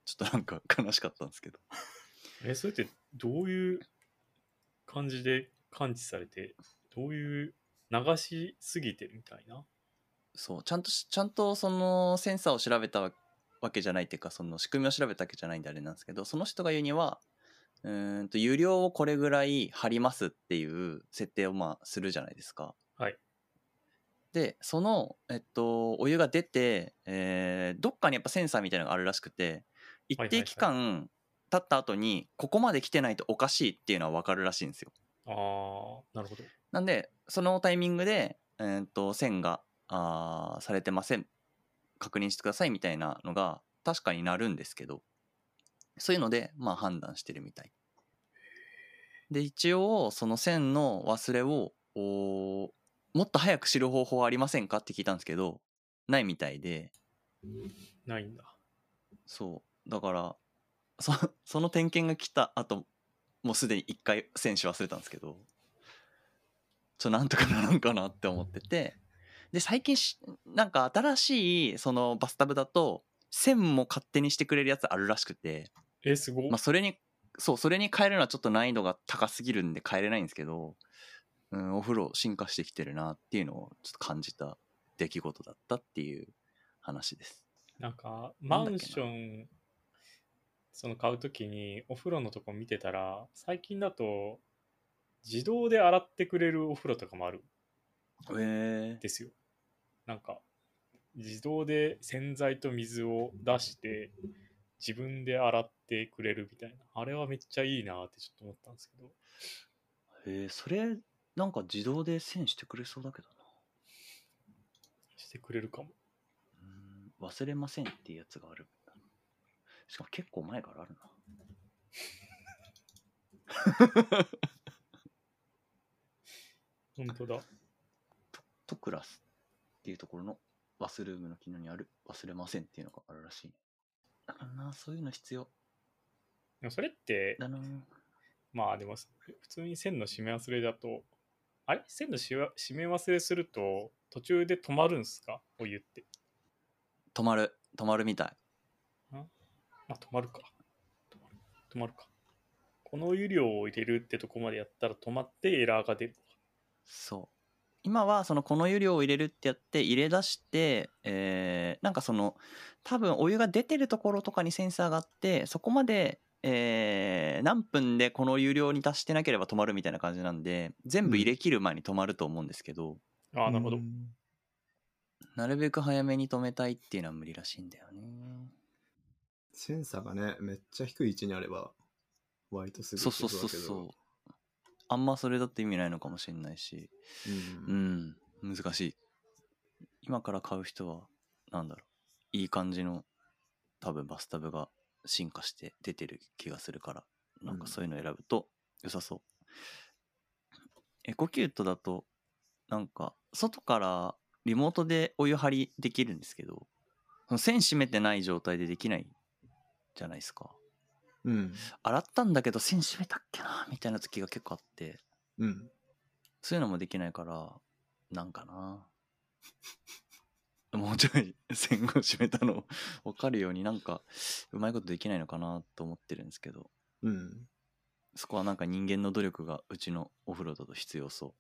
Speaker 4: ちょっとなんか悲しかったんですけど
Speaker 2: ー、え、それってどういう感じで感知されて、どういう流しすぎてみたいな。
Speaker 4: そうちゃんとしちゃんとそのセンサーを調べたわわけじゃないっていうかその仕組みを調べたわけじゃないんであれなんですけどその人が言うにはうーんと湯量をこれぐらい張りますっていう設定をまあするじゃないですか。
Speaker 2: はい
Speaker 4: でその、えっと、お湯が出て、えーどっかにやっぱセンサーみたいなのがあるらしくて一
Speaker 2: はいはい
Speaker 4: 定期間経った後にここまで来てないとおかしいっていうのは分かるらしいんですよ。
Speaker 2: あー、なるほど。
Speaker 4: なんでそのタイミングで、えー、と線があーされてません確認してくださいみたいなのが確かになるんですけどそういうので、まあ、判断してるみたい。で一応その線の忘れをおーもっと早く知る方法はありませんかって聞いたんですけどないみたいで
Speaker 2: ないんだ。
Speaker 4: そうだからそ その点検が来た後もうすでに1回選手忘れたんですけどちょなんとかならんかなって思っててで最近しなんか新しいそのバスタブだと線も勝手にしてくれるやつあるらしくて、
Speaker 2: え、すごい
Speaker 4: まあ、。それにそうそれに変えるのはちょっと難易度が高すぎるんで変えれないんですけど、うん、お風呂進化してきてるなっていうのをちょっと感じた出来事だったっていう話です。
Speaker 2: なんか、
Speaker 4: な
Speaker 2: マ
Speaker 4: んだっけな
Speaker 2: ンション、その買うときにお風呂のとこ見てたら、最近だと自動で洗ってくれるお風呂とかもあるん
Speaker 4: え
Speaker 2: ですよ。なんか、自動で洗剤と水を出して、自分で洗ってくれるみたいな。あれはめっちゃいいなってちょっと思ったんですけど。
Speaker 4: えー、それなんか自動で線してくれそうだけどな
Speaker 2: してくれるかも。
Speaker 4: うーん忘れませんっていうやつがあるしかも結構前からあるな
Speaker 2: 本当だ。
Speaker 4: トクラスっていうところのバスルームの機能にある忘れませんっていうのがあるらしいねだからなそういうの必要
Speaker 2: でもそれって、
Speaker 4: だな
Speaker 2: まあでも、普通に線の締め忘れだと、あれ線の締め締め忘れすると、途中で止まるんすかお湯って。
Speaker 4: 止まる止まるみたい
Speaker 2: あ、止まるか。止まる止まるか。この湯量を入れるってとこまでやったら止まってエラーが出る。
Speaker 4: そう今はそのこの湯量を入れるってやって入れ出して、えーなんかその多分お湯が出てるところとかにセンサーがあってそこまで、えー何分でこの湯量に達してなければ止まるみたいな感じなんで全部入れ切る前に止まると思うんですけど、
Speaker 2: ああ、なるほど
Speaker 3: う。ん
Speaker 4: なるべく早めに止めたいっていうのは無理らしいんだよね
Speaker 3: センサーがね、めっちゃ低い位置にあれば、割とすぐ
Speaker 4: そうそう
Speaker 3: 行
Speaker 4: そう
Speaker 3: け
Speaker 4: そ
Speaker 3: そう
Speaker 4: あんまそれだと意味ないのかもしれないし
Speaker 3: うだけど。う。
Speaker 4: うんん難しい今から買う人はなんだろういい感じの多分バスタブが進化して出てる気がするからなんかそういうの選ぶと良さそう、エコキュートだとなんか外からリモートでお湯張りできるんですけどその線閉めてない状態でできないじゃないですか
Speaker 3: うん。
Speaker 4: 洗ったんだけど線閉めたっけなみたいな時が結構あって
Speaker 3: うん。
Speaker 4: そういうのもできないから、なんかな。 もうちょい戦後締めたのを分かるようになんかうまいことできないのかなと思ってるんですけど
Speaker 3: うん。
Speaker 4: そこはなんか人間の努力がうちのお風呂だと必要そ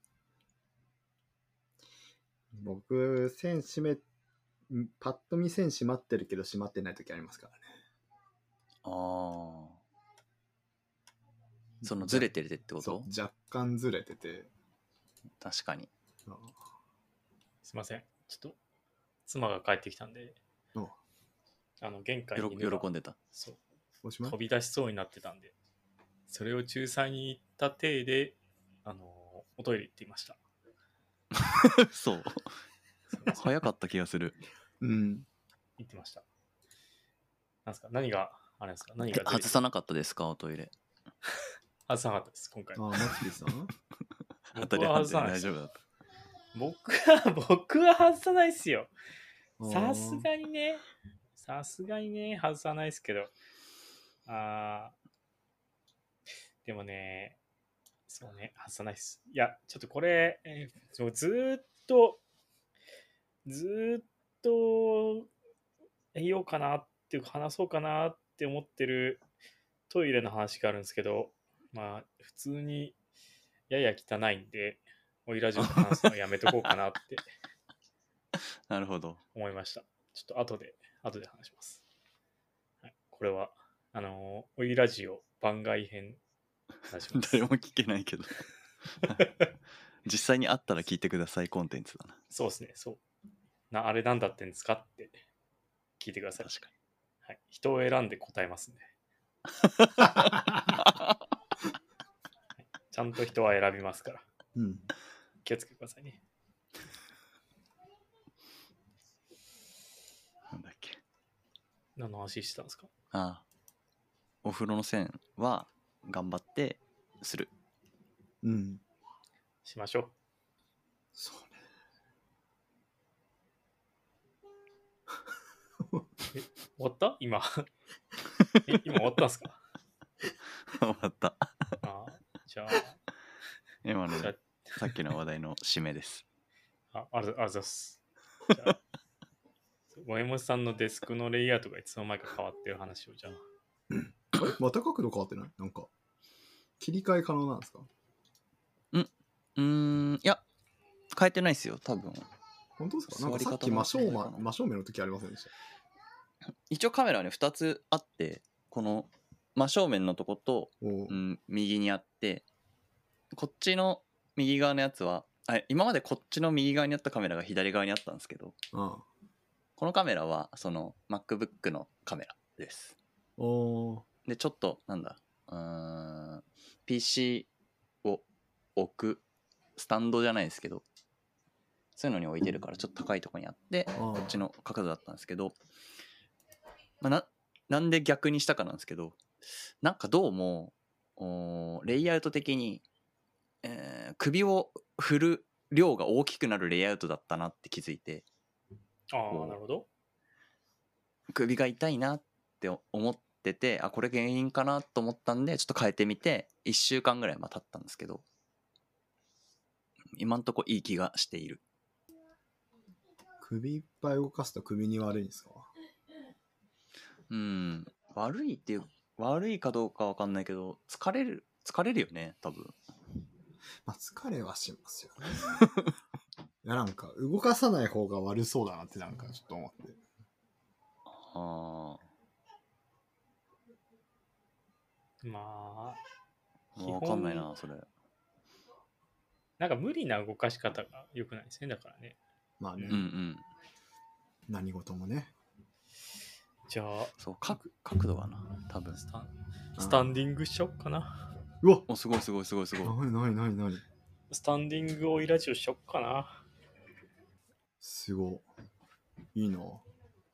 Speaker 3: 僕、線閉め、んパッと見線閉まってるけど閉まってない時ありますからね。
Speaker 4: うああそのずれてるってってこと
Speaker 3: そう若干ずれてて。
Speaker 4: 確かに
Speaker 3: あ
Speaker 2: すいません。ちょっと、妻が帰ってきたんで
Speaker 3: お、
Speaker 2: あの、玄関
Speaker 4: よろ
Speaker 2: に犬が
Speaker 4: 喜ん でた
Speaker 2: そう
Speaker 3: おしまい
Speaker 2: 飛び出しそうになってたんで、それを仲裁に行った体で、あの、おトイレ行っていました。
Speaker 4: そう早かった気がする
Speaker 3: うん。
Speaker 2: 行ってました。なんすか何が、あれなんですか何
Speaker 4: え
Speaker 2: が出て
Speaker 4: 外さなかったですかおトイレ
Speaker 2: 外さなかったです、今回
Speaker 3: あ、。マッキーさん
Speaker 4: 後
Speaker 2: 僕
Speaker 4: で
Speaker 2: は外
Speaker 4: 後で
Speaker 2: さない
Speaker 4: 大
Speaker 2: です
Speaker 4: 丈夫だった
Speaker 2: 僕は、僕は外さないっすよ。
Speaker 3: あ
Speaker 2: さ
Speaker 3: ー
Speaker 2: すがにね、さすがにね、外さないですけど。あーでもね、そうね、外さないです。いや、ちょっとこれ、えーもうずーっと、ずーっと、言おうかなっていうか、話そうかなって思ってるトイレの話があるんですけど、まあ、普通に、やや汚いんで、オイラジオの話すのやめとこうかなって。
Speaker 4: なるほど
Speaker 2: 思いました。ちょっと後で、後で話します。はい、これは、あのー、おいラジオ番外編話します。
Speaker 4: 誰も聞けないけど実際にあったら聞いてくださいコンテンツだな
Speaker 2: そうですね、そう。な、あれなんだってんですかって聞いてください。
Speaker 4: 確か
Speaker 2: はい、人を選んで答えますんで。ちゃんと人は選びますから、
Speaker 3: うん。
Speaker 2: 気をつけてくださいね。
Speaker 4: になんだっけ
Speaker 2: 何の話してたんですか
Speaker 4: ああお風呂の線は頑張ってする
Speaker 3: うん。
Speaker 2: しましょう。
Speaker 3: そう
Speaker 2: 終わった今。 え今終わったんですか
Speaker 4: 終わった
Speaker 2: あーじゃあ、
Speaker 4: 今の
Speaker 2: じゃあ
Speaker 4: でさっきの話題の締めです
Speaker 2: あありがとうございます。ごえもさんのデスクのレイアウトがいつの間にか変わってる話をじゃあ。
Speaker 3: ね。あれまた角度変わってないなんか。切り替え可能なんですか
Speaker 4: うーんいや変えてないですよ多分
Speaker 3: 本当ですかなんかさっ
Speaker 4: 座り方
Speaker 3: き
Speaker 4: も
Speaker 3: 真正
Speaker 4: 変えたか
Speaker 3: 面、真
Speaker 4: な
Speaker 3: 正面の時ありませんでした
Speaker 4: 一応カメラはね2つあってこの真正面のとこと、
Speaker 3: おー
Speaker 4: うん、右にあってこっちの右側のやつはあ今までこっちの右側にあったカメラが左側にあったんですけど
Speaker 3: あ
Speaker 4: このカメラはその MacBook のカメラです。
Speaker 3: あ。おー
Speaker 4: でちょっとなんだうーん PC を置くスタンドじゃないですけどそういうのに置いてるからちょっと高いところにあって
Speaker 3: あー
Speaker 4: こっちの角度だったんですけど、まあ、ななんで逆にしたかなんですけどなんかどうもおーレイアウト的に、えー首を振る量が大きくなるレイアウトだったなって気づいて。
Speaker 2: あ
Speaker 4: お
Speaker 2: あ、なるほど。
Speaker 4: 首が痛いなって思っててあこれ原因かなと思ったんでちょっと変えてみて1週間ぐらいまあ経ったんですけど今んとこいい気がしている
Speaker 3: 首いっぱい動かすと首に悪いんですか
Speaker 4: うん悪いっていう悪いかどうかわかんないけど疲れる疲れるよね多分
Speaker 6: まあ、疲れはしますよね。 いや、なんか、動かさない方が悪そうだなって、なんか、ちょっと思って。
Speaker 4: あ
Speaker 2: まあ、
Speaker 4: あ
Speaker 2: 基本
Speaker 4: わかんないなそれ
Speaker 2: なんか無理な動かし方が良くないですね。だからね。
Speaker 6: まあね、
Speaker 4: うんうん
Speaker 6: 何事もね。
Speaker 2: じゃあ、
Speaker 4: そう角角度がな多分
Speaker 2: スタンスタンディングしちゃおっかな。
Speaker 6: うわ
Speaker 4: おすごいすごいすごいすごい
Speaker 6: なになになになに
Speaker 2: スタンディングをイラジオしちゃおっかな。
Speaker 6: すごい。いいな。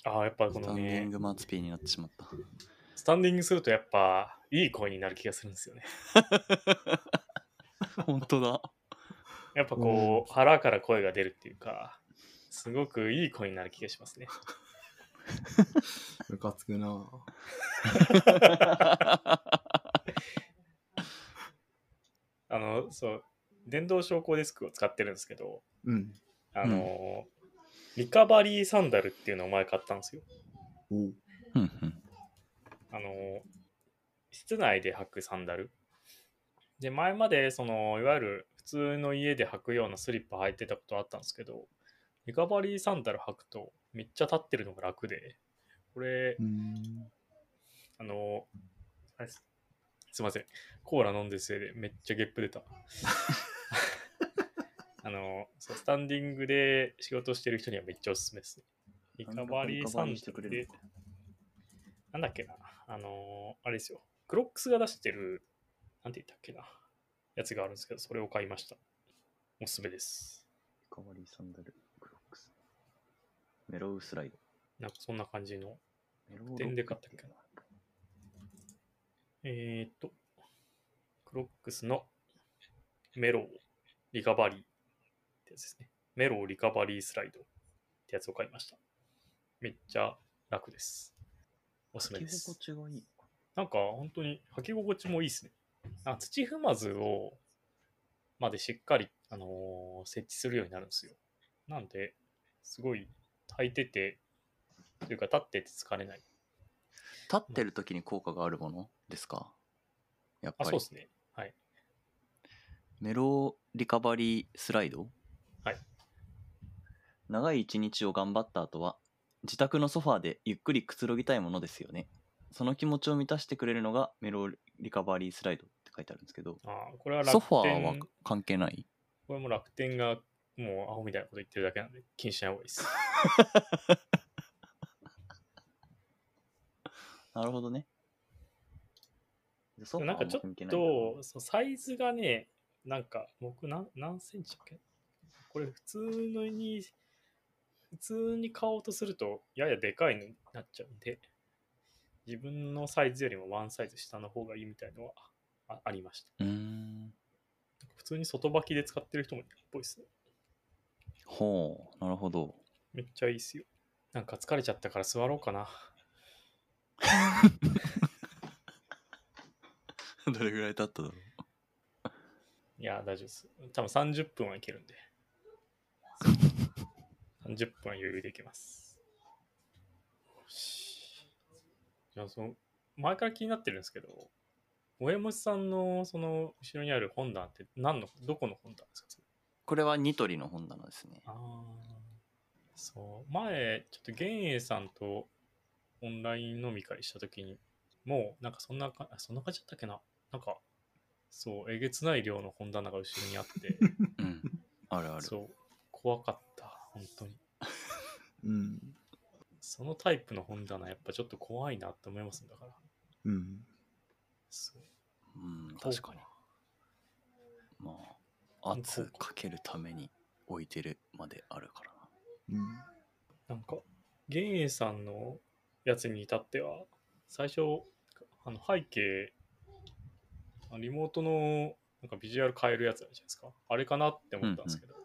Speaker 2: ああ、やっぱこ
Speaker 4: スタ
Speaker 2: の
Speaker 4: ンディン
Speaker 2: ね、
Speaker 4: グマツピーになってしまった
Speaker 2: スタンディングするとやっぱいい声になる気がするんですよね。
Speaker 4: 本当だ
Speaker 2: やっぱこう、腹から声が出るっていうか、すごくいい声になる気がしますね。
Speaker 6: ムカつくな。
Speaker 2: あの、そう、電動昇降デスクを使ってるんですけど、
Speaker 6: うん。
Speaker 2: あの、リカバリーサンダルっていうのを前買ったんですよ。
Speaker 6: お
Speaker 4: うんうん
Speaker 2: あの、室内で履くサンダル。で、前まで、その、いわゆる普通の家で履くようなスリッパ履いてたことあったんですけど、リカバリーサンダル履くと、めっちゃ立ってるのが楽で、これ
Speaker 6: う、ん。
Speaker 2: あの、あれですすいません、コーラ飲んでるせいでめっちゃゲップ出た。あのそう、スタンディングで仕事してる人にはめっちゃおすすめですね。リカバリーサンダルで、なんだっけな、あのーあれですよ、クロックスが出してる、なんて言ったっけな、やつがあるんですけど、それを買いました。おすすめです。
Speaker 4: カバリーサンダルクロックスメロウスライド
Speaker 2: なんかそんな感じの。
Speaker 4: メロウロック
Speaker 2: 点で買ったっけな。えー、っと、クロックスのメローリカバリーってやつですね。メローリカバリースライドってやつを買いました。めっちゃ楽です。おすすめ
Speaker 4: 履
Speaker 2: で
Speaker 4: き心
Speaker 2: す。
Speaker 4: 地がいい
Speaker 2: なんか本当に履き心地もいいですね。あ土踏まずをまでしっかり、あのー設置するようになるんですよ。なんで、すごい履いてて、というか立ってて疲れない。
Speaker 4: 立ってる時に効果があるものですかやっ
Speaker 2: あ、
Speaker 4: ぱ
Speaker 2: そう
Speaker 4: り
Speaker 2: ですね。はい。
Speaker 4: メロリカバリースライド
Speaker 2: はい
Speaker 4: 長い一日を頑張った後は自宅のソファーでゆっくりくつろぎたいものですよねその気持ちを満たしてくれるのがメロリカバリースライドって書いてあるんですけど
Speaker 2: あーこれは楽
Speaker 4: ソ
Speaker 2: 天
Speaker 4: ファーは関係ない
Speaker 2: これも楽天がもうアホみたいなこと言ってるだけなんで気にしない方がいいです。
Speaker 4: なるほどねソファー
Speaker 2: なん
Speaker 4: は
Speaker 2: かちょ
Speaker 4: あま関係
Speaker 2: っ
Speaker 4: ないんだ
Speaker 2: とそうサイズがね、なんか僕何何センチだっけこれ普通のに、普通に買おうとするとややでかいのになっちゃうんで、自分のサイズよりもワンサイズ下の方がいいみたいのはあありました。
Speaker 4: うーん
Speaker 2: 普通に外履きで使ってる人もいるっぽいですね。
Speaker 4: ほうなるほど
Speaker 2: めっちゃいいっすよ。なんか疲れちゃったから座ろうかな。
Speaker 4: どれぐらい経っただろう
Speaker 2: いや、大丈夫です。多分30分はいけるんで。30分は余裕でいけます。よし。じゃあ、その、前から気になってるんですけど、萌えもちさんの、その、後ろにある本棚って、何の、どこの本棚ですかそれ
Speaker 4: これはニトリの本棚ですね
Speaker 2: あーそう、前、ちょっと玄英さんとオンライン飲み会したときに、もう、なんかそんなか、そんな感じだったっけな。なんか、そう、えげつない量の本棚が後ろにあって、
Speaker 4: うんあるある
Speaker 2: そう、怖かった、本当に。
Speaker 6: うん。
Speaker 2: そのタイプの本棚、やっぱちょっと怖いなって思いますんだから。
Speaker 6: うん。
Speaker 2: そう
Speaker 4: うん、確かに。まあ、
Speaker 2: うん
Speaker 4: 圧かけるために置いてるまであるからな。
Speaker 6: うん。
Speaker 2: なんか、玄英さんのやつに至っては、最初、あの背景、あリモートのなんかビジュアル変えるやつあるじゃないですか。あれかなって思ったんですけど、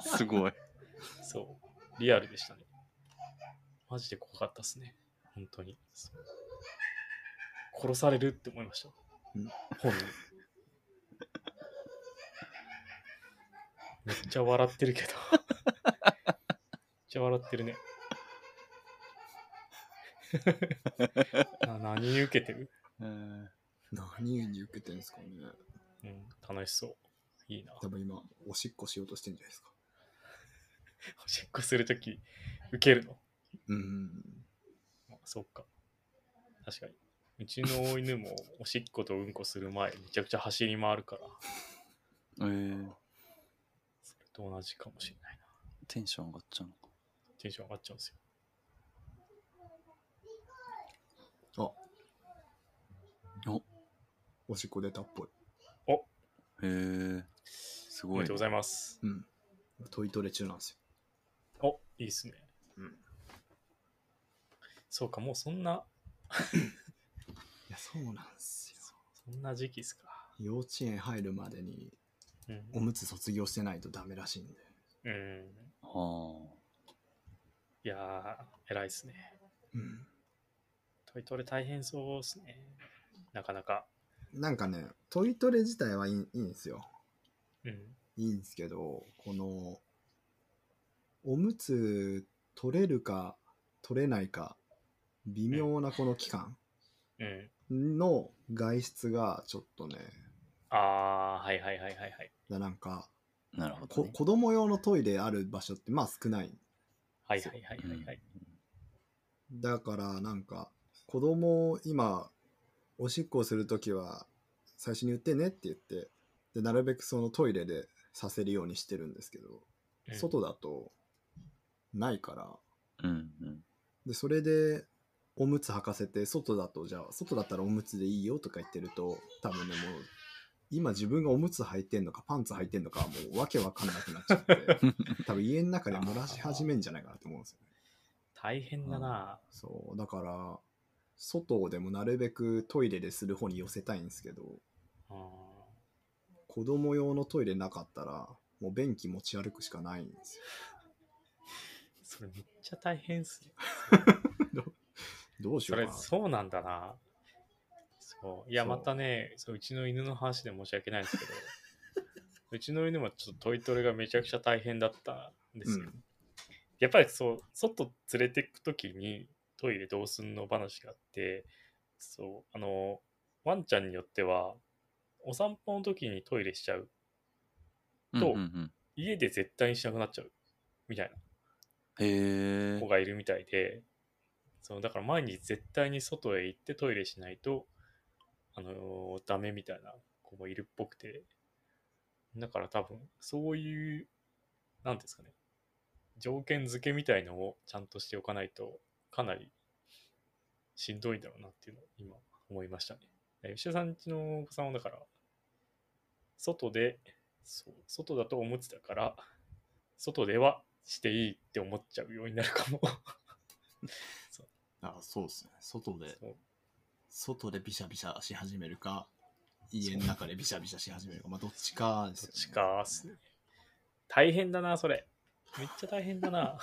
Speaker 4: す ごい。
Speaker 2: そう、リアルでしたね。マジで怖かったっすね。本当に。そう殺されるって思いました。
Speaker 6: うん
Speaker 2: 本人。めっちゃ笑ってるけど。めっちゃ笑ってるね。な何受けてる、
Speaker 4: うん
Speaker 3: 何に受けてるんですかね。
Speaker 2: うん、楽しそう。いいな。
Speaker 3: 多分今、おしっこしようとしてんじゃないですか。
Speaker 2: おしっこするとき、受けるの。
Speaker 3: うん。
Speaker 2: まあ、そっか。確かに。うちの犬もおしっことうんこする前、めちゃくちゃ走り回るから、
Speaker 4: えー、
Speaker 2: それと同じかもしれないな。
Speaker 4: テンション上がっちゃうのか。
Speaker 2: テンション上がっちゃうんですよ。
Speaker 3: おしっこ出たっぽい。
Speaker 4: へえー、す
Speaker 2: お
Speaker 4: ご
Speaker 2: め
Speaker 4: い
Speaker 2: でとうございます。
Speaker 3: うん。トイトレ中なんですよ。
Speaker 2: おいいっすね。
Speaker 3: うん。
Speaker 2: そうか、もうそんな、
Speaker 3: いや、そうなんです
Speaker 2: そんな時期っすか。
Speaker 3: よ。幼稚園入るまでに
Speaker 2: う
Speaker 3: お
Speaker 2: ん。
Speaker 3: むつ卒業してないとダメらしいんで。
Speaker 2: うん、
Speaker 4: はあ。
Speaker 2: いやー、偉いっすね。
Speaker 3: うん。
Speaker 2: トイトレ大変そうっすね。なかなか。
Speaker 3: なんかね、トイトレ自体はいいいいんですよ。
Speaker 2: うん。
Speaker 3: いいんですけど、この、おむつ取れるか取れないか、微妙なこの期間
Speaker 2: うん。
Speaker 3: の外出がちょっとね、
Speaker 2: あー、はいはいはいはいはい。
Speaker 3: だなんか、
Speaker 4: なるほど、
Speaker 3: こ
Speaker 4: ね。
Speaker 3: 子供用のトイレある場所ってまあ少ない。
Speaker 2: はいはいはいはいはい。
Speaker 3: だからなんか、子供今、おしっこをするときは最初に言ってねって言って、で、なるべくそのトイレでさせるようにしてるんですけど、
Speaker 2: うん
Speaker 3: 外だとないから、
Speaker 4: うんうん。
Speaker 3: でそれでおむつ履かせて外だとじゃあ外だったらおむつでいいよとか言ってると多分ねもう今自分がおむつ履いてんのかパンツ履いてんのかもうわけわかんなくなっちゃって多分家の中で漏らし始めんじゃないかなと思うんですよね
Speaker 2: 大変だな。
Speaker 3: そうだから外でもなるべくトイレでする方に寄せたいんですけど
Speaker 2: あ
Speaker 3: 子供用のトイレなかったらもう便器持ち歩くしかないんですよ
Speaker 2: ーそれめっちゃ大変っすね。
Speaker 3: どうし
Speaker 2: そ
Speaker 3: よう
Speaker 2: れ
Speaker 3: かな
Speaker 2: そうなんだな。そういや、
Speaker 3: そう
Speaker 2: またねそう、うちの犬の話で申し訳ないん ですけど、うちの犬もちょっとトイトレがめちゃくちゃ大変だったんですよ。
Speaker 3: うん
Speaker 2: やっぱりそう、外連れてくときにトイレどうすんの話があって、そう、あの、ワンちゃんによっては、お散歩の時にトイレしちゃう。 と
Speaker 4: うんうんうん、
Speaker 2: 家で絶対にしなくなっちゃう。みたいな。
Speaker 4: へ
Speaker 2: 子
Speaker 4: え。
Speaker 2: がいるみたいで、そのだから毎日絶対に外へ行ってトイレしないと、あのーダメみたいな子もいるっぽくて、だから多分、そういう、なんですかね、条件付けみたいのをちゃんとしておかないと、かなりしんどいんだろうなっていうのを今思いましたね。で吉田さんちのお子さんはだから、外で、そう外だと思ってたから、外ではしていいって思っちゃうようになるかも。
Speaker 3: あそうですね外で
Speaker 2: そう
Speaker 3: 外でビシャビシャし始めるか家の中でビシャビシャし始めるかまあどっちかです
Speaker 2: ど
Speaker 3: よ、
Speaker 2: っ
Speaker 3: ね、
Speaker 2: ちかっすね。大変だな、それ。めっちゃ大変だな。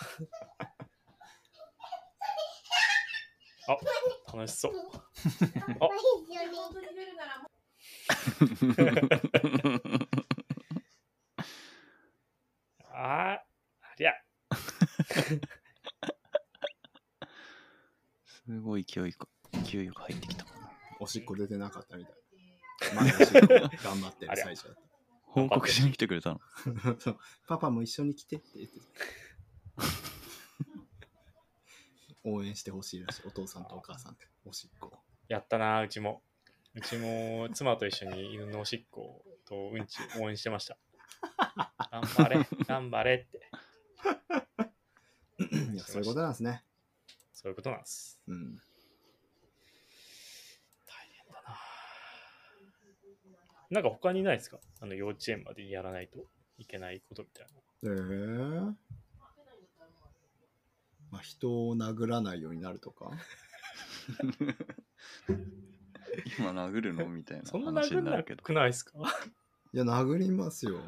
Speaker 2: あ、楽しそう。あー、ありゃ。
Speaker 4: すごい勢いか勢いよく入ってきた。
Speaker 3: おしっこ出てなかったみ たいな前のおしっこ頑張ってる
Speaker 2: ありゃ
Speaker 3: 最初だっ
Speaker 4: 報告しに来てくれたの。
Speaker 3: た そうパパも一緒に来てって 言ってた応援してほしいらしいお父さんとお母さんっておしっこ
Speaker 2: やったな、うちも。うちも妻と一緒に犬のおしっことうんちを応援してました。頑張れ、頑張れって。
Speaker 3: いやそういうことなんですね
Speaker 2: そういうことなんです。
Speaker 3: うん
Speaker 2: なんか他にないですかあの幼稚園までやらないといけないことみたいな。
Speaker 3: えーまあ、人を殴らないようになるとか
Speaker 4: 今殴るのみたいな
Speaker 2: そんな
Speaker 4: 話
Speaker 2: 殴
Speaker 4: に
Speaker 2: ん
Speaker 4: な
Speaker 2: な
Speaker 4: るけど。
Speaker 2: くないですか
Speaker 3: いや殴りますよ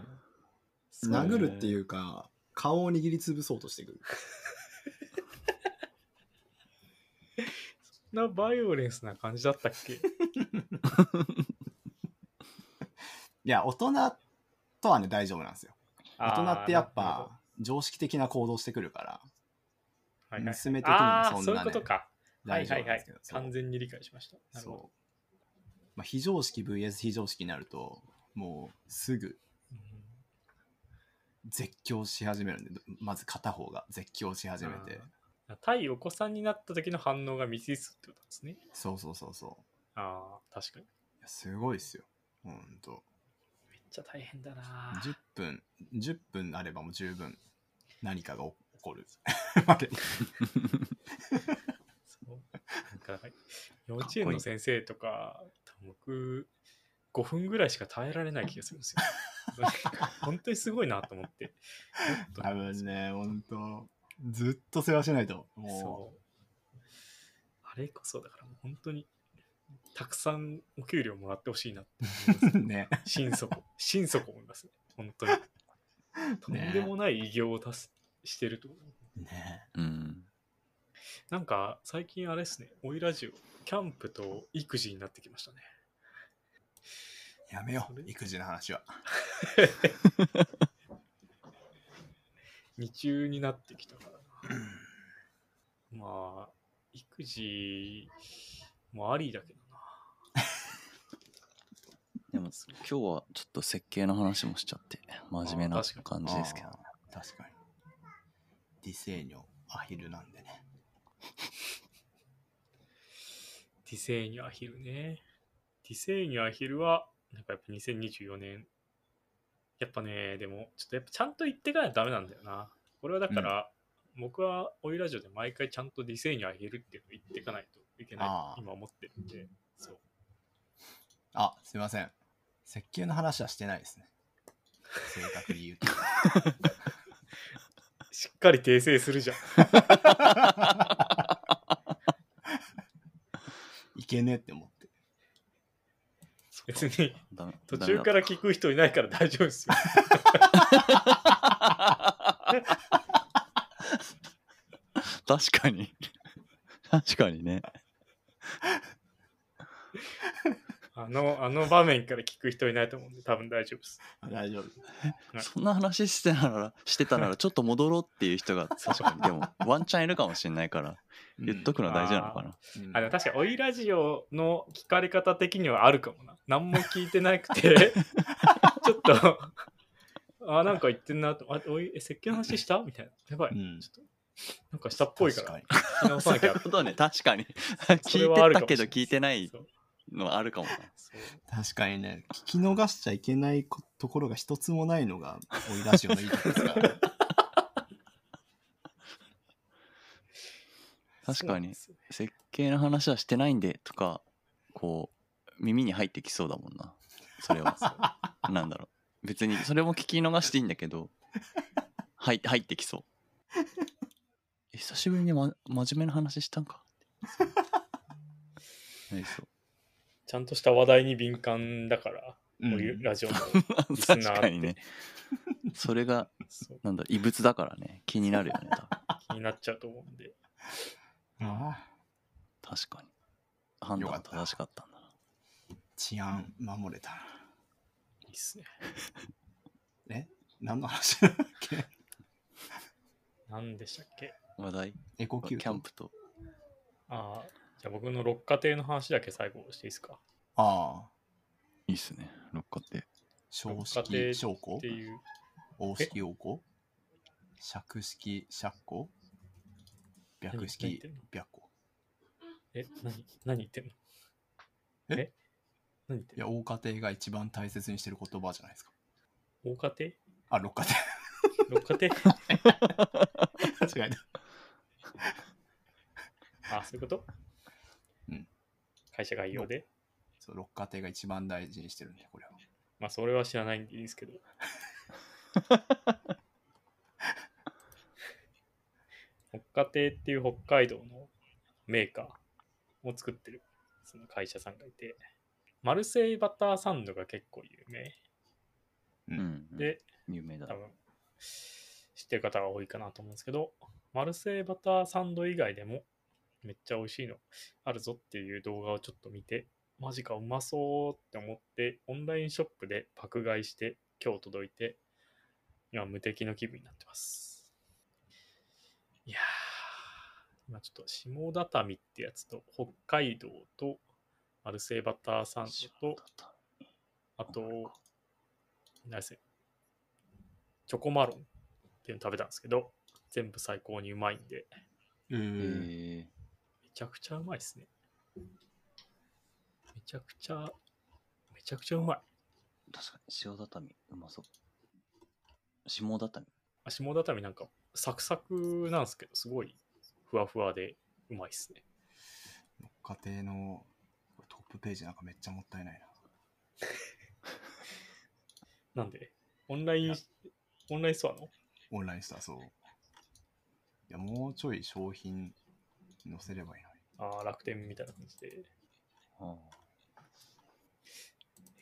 Speaker 3: 殴るっていうか顔を握りつぶそうとしてくる
Speaker 2: そんなバイオレンスな感じだったっけ
Speaker 3: いや大人とはね大丈夫なんですよ 大人ってやっぱ常識的な行動してくるから、
Speaker 2: あーなるほどはいはい
Speaker 3: 娘的にも
Speaker 2: ああー、
Speaker 3: そ
Speaker 2: そう
Speaker 3: ん
Speaker 2: い
Speaker 3: な
Speaker 2: う
Speaker 3: ね
Speaker 2: ことか。はい
Speaker 3: 大丈
Speaker 2: は
Speaker 3: 夫
Speaker 2: い
Speaker 3: な
Speaker 2: は
Speaker 3: んで
Speaker 2: い
Speaker 3: すけど。。そう
Speaker 2: 完全に理解しました。なるほど。
Speaker 3: そう。まあ、非常識 VS 非常識になると、もうすぐ
Speaker 2: うん
Speaker 3: 絶叫し始めるんで、まず片方が絶叫し始めて。
Speaker 2: 対お子さんになった時の反応が未知数ってことなんですね。
Speaker 3: そうそうそうそう。
Speaker 2: ああ、確かに。
Speaker 3: いやすごいっすよ。ほんと。
Speaker 2: めっちゃ大変だな
Speaker 3: 10分、10分あればもう十分何かが起 こる。まで
Speaker 2: そうなんか幼稚園の先生とか、多分僕、5分ぐらいしか耐えられない気がするん ですよ。なんか本当にすごいなと思って。ちょっ
Speaker 3: 多分ね、ほんと。ずっと世話しないと。
Speaker 2: と
Speaker 3: も
Speaker 2: そう。あれこそ、だからもう本当に、たくさんお給料もらってほしいなって思います
Speaker 3: う。ね。
Speaker 2: 心底、心底思いますね。本当に。とんでもない偉業を達すしてると思う。
Speaker 3: ね。
Speaker 4: うん
Speaker 2: なんか最近あれですね、オイラジオ、キャンプと育児になってきましたね。
Speaker 3: やめよ
Speaker 2: そうれ。
Speaker 3: 育児の話は。
Speaker 2: 二中になってきたからな。まあ、育児もありだけどな。
Speaker 4: でも今日はちょっと設計の話もしちゃって真面目
Speaker 2: あ
Speaker 4: な
Speaker 2: 確かに
Speaker 4: 感じですけど
Speaker 3: あー確かに。ディセーニョ、アヒルなんでね。
Speaker 2: ディセーニュアヒルね。ディセーニュアヒルは、なんかやっぱ2024年。やっぱね、でも、ちょっとやっぱちゃんと言ってからダメなんだよな。これはだから、僕はオイラジオで毎回ちゃんとディセーニュアヒルっていうのを言っていかないといけ
Speaker 3: あ
Speaker 2: な
Speaker 3: あ
Speaker 2: い、今思ってるんで、そう。
Speaker 3: あ、すいません。設計の話はしてないですね。正確に言う と。
Speaker 2: しっかり訂正するじゃん。
Speaker 3: いけねえって思って。
Speaker 2: 別に、
Speaker 4: ダメ
Speaker 2: 途中から聞く人いないから大丈夫ですよ。
Speaker 4: 確かに 確かにね
Speaker 2: あの、あの場面から聞く人いないと思うんで、多分大丈夫です。
Speaker 3: あ大丈夫。
Speaker 2: はい
Speaker 4: そんな話してたならしてたならちょっと戻ろうってい う人が確かにでもワンチャンいるかもしれないから言っとくのは大事なのかな、
Speaker 3: うん
Speaker 2: あでも確かに、オイラジオの聞かれ方的にはあるかもな。何も聞いてなく て、ちょっと、あ、なんか言ってんなと。あ、おい、え、設計の話したみたいな。やばい。
Speaker 3: うん
Speaker 2: ちょっと、なんかしたっぽいから、
Speaker 3: 確
Speaker 2: 聞き直さ
Speaker 4: そう
Speaker 2: なき
Speaker 4: い
Speaker 2: ゃ
Speaker 4: う。ことね確かに
Speaker 2: そ
Speaker 4: 聞
Speaker 2: れ
Speaker 4: い
Speaker 2: はあ
Speaker 4: て
Speaker 2: る
Speaker 4: た
Speaker 2: かもしれ
Speaker 4: けど聞いてない
Speaker 2: そう
Speaker 4: のはあるかもな
Speaker 2: そう
Speaker 3: 確かにね、聞き逃しちゃいけないこところが一つもないのが、追いラジオのいいとこですから。
Speaker 4: 確
Speaker 2: そうな
Speaker 4: か
Speaker 2: ん
Speaker 4: に
Speaker 2: ですよ
Speaker 4: 設計の話はしてないんでとかこう耳に入ってきそうだもんなそれは なんだろう別にそれも聞き逃していいんだけど入入ってきそう久しぶりに、ま、真面目な話したんかなりそ
Speaker 2: ちゃんとした話題に敏感だから、
Speaker 3: うん
Speaker 2: オイラジオの。
Speaker 4: う
Speaker 2: リスナーって
Speaker 4: 確かにねそれが
Speaker 2: そう
Speaker 4: なんだ異物だからね気になるよね多分
Speaker 2: 気になっちゃうと思うんで。
Speaker 3: ああ
Speaker 4: 確かに判
Speaker 3: よ
Speaker 4: 断
Speaker 3: か
Speaker 4: は
Speaker 3: った
Speaker 4: 正しかったんだな
Speaker 3: 治安守れた。
Speaker 2: いいっすね。
Speaker 3: え何の話だっ け
Speaker 2: 何でしたっけ
Speaker 4: 話題
Speaker 3: エコキュー
Speaker 4: キャン
Speaker 3: ト。
Speaker 4: プと
Speaker 2: ああ、じゃあ僕の六花亭の話だけ最後していいですか
Speaker 3: ああ、
Speaker 4: いいっすね六花亭
Speaker 3: 少
Speaker 2: 六花亭
Speaker 3: 式将校
Speaker 2: っていう。
Speaker 3: 王式王校尺式釈校白
Speaker 2: 何言っ
Speaker 3: 式
Speaker 2: てんの
Speaker 3: 白校
Speaker 2: え、何何言ってんの
Speaker 3: え
Speaker 2: 何言って
Speaker 3: い
Speaker 2: んの
Speaker 3: や、王家庭が一番大切にしてる言葉じゃないですか。
Speaker 2: 大家庭
Speaker 3: あ、六家
Speaker 2: 六花亭
Speaker 3: 庭。違えた。
Speaker 2: あ、そういうこと
Speaker 3: うん。
Speaker 2: 会社概要で。
Speaker 3: そう、六家庭が一番大事にしてるんで、これは。
Speaker 2: まあ、それは知らないんでいいですけど。北家庭っていう北海道のメーカーを作ってるその会社さんがいて、マルセイバターサンドが結構有名。
Speaker 4: うんうん
Speaker 2: で、
Speaker 4: 有名だ
Speaker 2: 多分知ってる方が多いかなと思うんですけど、マルセイバターサンド以外でもめっちゃ美味しいのあるぞっていう動画をちょっと見て、マジかうまそうって思って、オンラインショップで爆買いして、今日届いて、今無敵の気分になってます。いや今ちょっと下畳ってやつと、北海道と、マルセイバターさんと、あと、何せ、チョコマロンっていうの食べたんですけど、全部最高にうまいんで、
Speaker 3: う
Speaker 4: え
Speaker 3: ん。
Speaker 4: ー、
Speaker 2: めちゃくちゃうまいですね。めちゃくちゃ、めちゃくちゃうまい。
Speaker 4: 確かに塩畳うまそう下畳
Speaker 2: あ下畳なんかサクサクなんですけど、すごいふわふわでうまいですね。
Speaker 3: 家庭のこれトップページなんかめっちゃもったいないな。
Speaker 2: なんで、オンライン、オンラインストアの
Speaker 3: オンラインスター、そう。いや、もうちょい商品載せればいいのに。
Speaker 2: あー楽天みたいな感じで、
Speaker 4: あ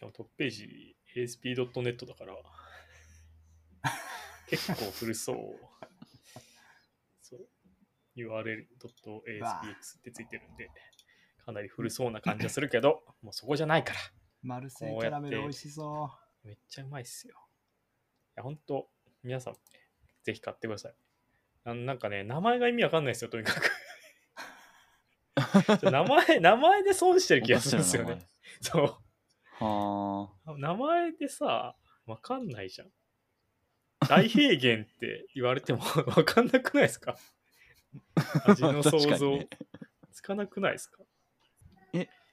Speaker 2: でもトップページ ASP.net だから、 結構古そう。そう。URL.aspx ってついてるんで、かなり古そうな感じはするけど、もうそこじゃないから。
Speaker 3: マルセイキャラメル美味しそ
Speaker 2: めっちゃうまいっすよ。いや、ほんと、皆さん、ぜひ買ってください。ななんかね、名前が意味わかんないですよ、とにか く。ちょ名前、名前で損してる気がするんですよね。そう。
Speaker 4: は
Speaker 2: 名前でさ、わかんないじゃん。大平原って言われても わかんなくないですか
Speaker 4: あ
Speaker 2: 味の 想像、つかなくないですか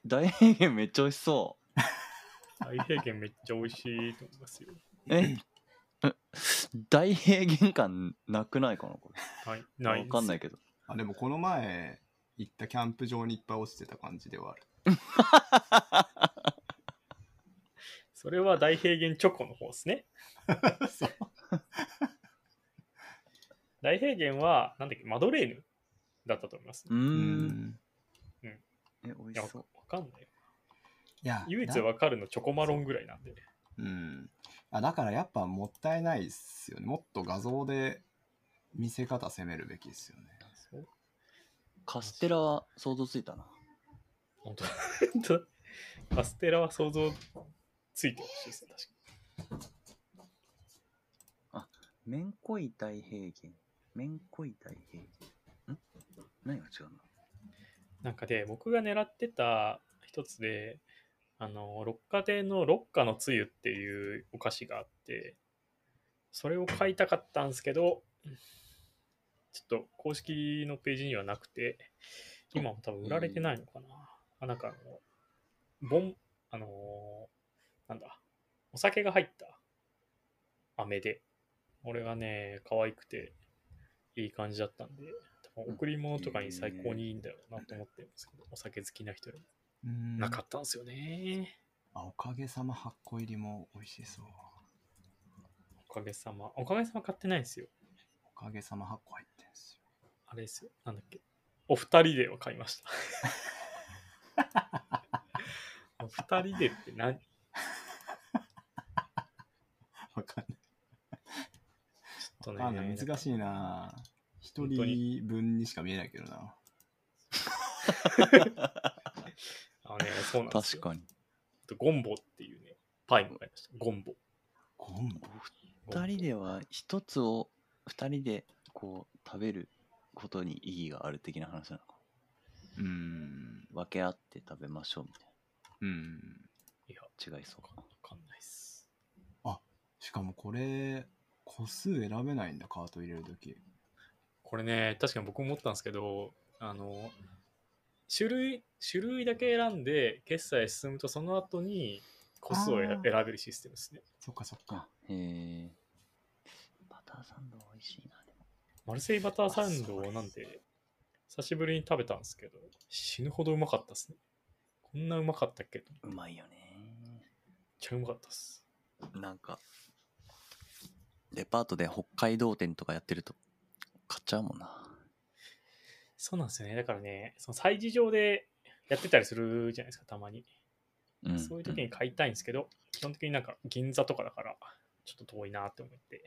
Speaker 4: 大変原めっちゃ美味しそ
Speaker 2: 大平原めっちゃ美味しいと思いますよ。
Speaker 4: うえ大平原感なくないかなこ
Speaker 2: はい、
Speaker 4: れ
Speaker 2: ない。
Speaker 4: わかんないいけど
Speaker 3: う。あ、でもこの前行ったキャンプ場にいっぱい落ちてた感じではある。
Speaker 2: それは大平原チョコの方ですね。
Speaker 3: そう
Speaker 2: 大平原は、なんだっけ、マドレーヌだったと思います。
Speaker 4: うー
Speaker 3: うんん。
Speaker 4: え
Speaker 2: い
Speaker 4: 美
Speaker 2: や、
Speaker 4: 味
Speaker 2: わ
Speaker 4: しそう
Speaker 2: かんない。
Speaker 3: いや、
Speaker 2: 唯一わかるのチョコマロンぐらいなんで。
Speaker 3: うん、あだからやっぱもったいないですよねもっと画像で見せ方攻めるべきですよね
Speaker 2: そう
Speaker 4: カステラは想像ついたな
Speaker 2: 本当だ本当だカステラは想像ついてほしいですね、確か
Speaker 4: めんこい大平原めんこい大平原ん何が違うの
Speaker 2: に。なんかで、僕が狙ってた一つで、あの、六花亭の六花のつゆっていうお菓子があって、それを買いたかったんですけど、ちょっと公式のページにはなくて、今も多分売られてないのかな。あなんかあの、ボン、あのーなんだ、お酒が入った飴で、俺がね、可愛くて、いい感じだったんで、多分贈り物とかに最高にいいんだろうなと思ってるんですけど、お酒好きな人より
Speaker 3: うん
Speaker 2: なかったんですよね。
Speaker 3: あおかげさま8個入りも美味しそう
Speaker 2: おかげさま。おかげさま買ってないんですよ。
Speaker 3: おかげさま8個入ってんす
Speaker 2: あれですよ。なんだっけ。お二人でを買いました。お二人でって何
Speaker 3: よわかんない
Speaker 2: と
Speaker 3: わかんない難しいな一
Speaker 2: 本当に
Speaker 3: 人分にしか見えないけどな
Speaker 2: あのね、そうなんです
Speaker 4: 確
Speaker 2: よ。
Speaker 4: かに
Speaker 2: あとゴンボっていうね、パイも買いました。ゴンボ。
Speaker 3: ゴンボ
Speaker 2: ゴンボ
Speaker 4: 2人では一つを2人でこう食べることに意義がある的な話なのか
Speaker 3: うん
Speaker 4: 分け合って食べましょうみ
Speaker 3: うん
Speaker 2: いや、
Speaker 4: たいな違いそう
Speaker 2: わ
Speaker 4: か
Speaker 2: かわかんないっす。
Speaker 3: しかもこれ個数選べないんだカート入れるとき
Speaker 2: これね、確かに僕も思ったんですけど、あの、種類、種類だけ選んで、決済進むと、その後に個数をえ
Speaker 3: あ
Speaker 2: ら
Speaker 3: ー
Speaker 2: 選べるシステムですね。
Speaker 3: そっかそっ
Speaker 4: あ
Speaker 3: か
Speaker 4: へえバターサンド美味しいなでも
Speaker 2: マルセイバターサンドをなんで、久しぶりに食べたんですけど、死ぬほどうまかったですね。こんなうまかったっけめっ
Speaker 4: うまいよね
Speaker 2: ちゃうまかったっす。
Speaker 4: なんかデパートで北海道店とかやってると買っちゃうもんな
Speaker 2: そうなんですよね。だからね、その催事場でやってたりするじゃないですか、たまに。
Speaker 4: うん
Speaker 2: そういう時に買いたいんですけど、基本的になんか銀座とかだから、ちょっと遠いなって思って、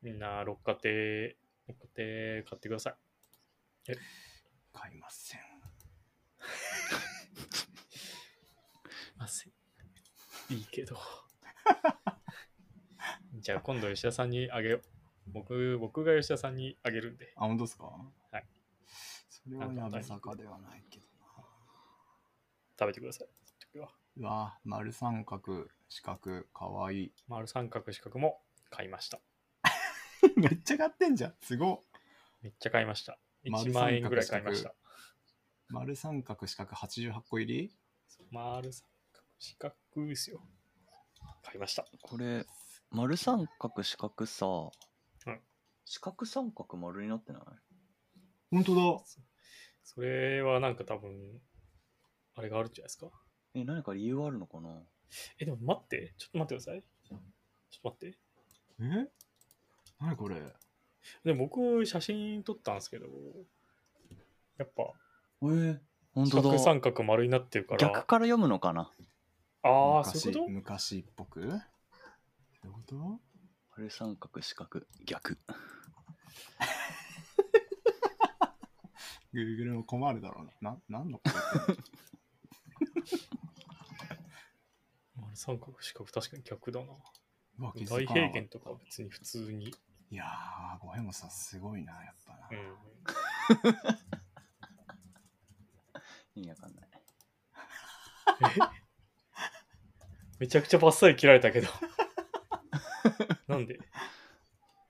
Speaker 2: みんな六花亭、六花亭買ってください。
Speaker 3: 買いません
Speaker 2: 汗いいけ ど。じゃあ今度吉田さんにあげよう。僕、僕が吉田さんにあげるんで。
Speaker 3: あ本当ですかれはやぶさかではないけどな。
Speaker 2: 食べてください。その時は
Speaker 3: うわ、丸三角、四角、かわいい。
Speaker 2: 丸三角四角も買いました。
Speaker 3: めっちゃ買ってんじゃん。すごっ。
Speaker 2: めっちゃ買いました。1
Speaker 3: 丸三角
Speaker 2: 万円ぐらい買いました。
Speaker 3: 丸三角、四角、88個入り
Speaker 2: 丸三角四角ですよ。買いました。
Speaker 4: これ丸三角四角さ、
Speaker 2: ん
Speaker 4: 四角三角丸になってない
Speaker 3: ほんとだ。
Speaker 2: それはなんか多分、あれがあるんじゃないですか。
Speaker 4: え何か理由あるのかな
Speaker 2: え、でも待って、ちょっと待ってください。ちょっと待って。
Speaker 3: えなにこれ
Speaker 2: でも僕、写真撮ったんですけど、やっぱ、
Speaker 4: えー、本
Speaker 2: 四
Speaker 4: 当
Speaker 2: 角
Speaker 4: だ
Speaker 2: 三角丸になってるから、
Speaker 4: 逆から読むのかな
Speaker 2: ああ、
Speaker 3: 昔
Speaker 2: そういうこと
Speaker 3: 昔っぽくどういうこと
Speaker 4: 丸三角四角逆
Speaker 3: ?Google も困るだろうな。な、何のこと言ってんの
Speaker 2: 丸三角四角確かに逆だな。
Speaker 3: うわ、気づ
Speaker 2: 大
Speaker 3: かな
Speaker 2: 平
Speaker 3: かった
Speaker 2: 原とかは別に普通に。
Speaker 3: いやー、五右衛門さんすごいな、やっぱな
Speaker 2: う。ん。
Speaker 4: 意味わかんない
Speaker 2: めちゃくちゃバッサリ切られたけ ど。なんで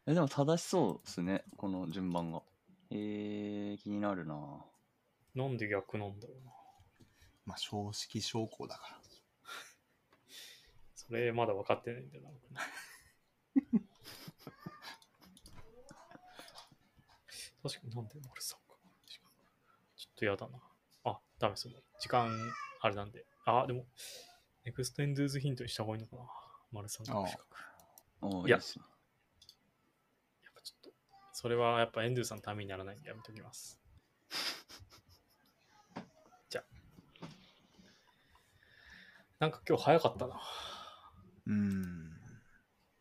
Speaker 4: えでも正しそうですねこの順番がえー、気になるな
Speaker 2: なんで逆なんだろうな。
Speaker 3: まあ、正式証拠だから。
Speaker 2: それまだ分かってないんだよな。僕ね確かになんで丸三角しかちょっとやだな。あ、ダメそうだ。時間、あれなんで。あ、でも、ネクストエンドゥーズヒントにした方がいいのかな。丸三角四角。
Speaker 4: おー
Speaker 2: いや
Speaker 4: いっすね
Speaker 2: やっぱちょっと、それはやっぱエンドゥさんのためにならないんでやめときます。じゃあ。なんか今日早かったな。
Speaker 3: うーん。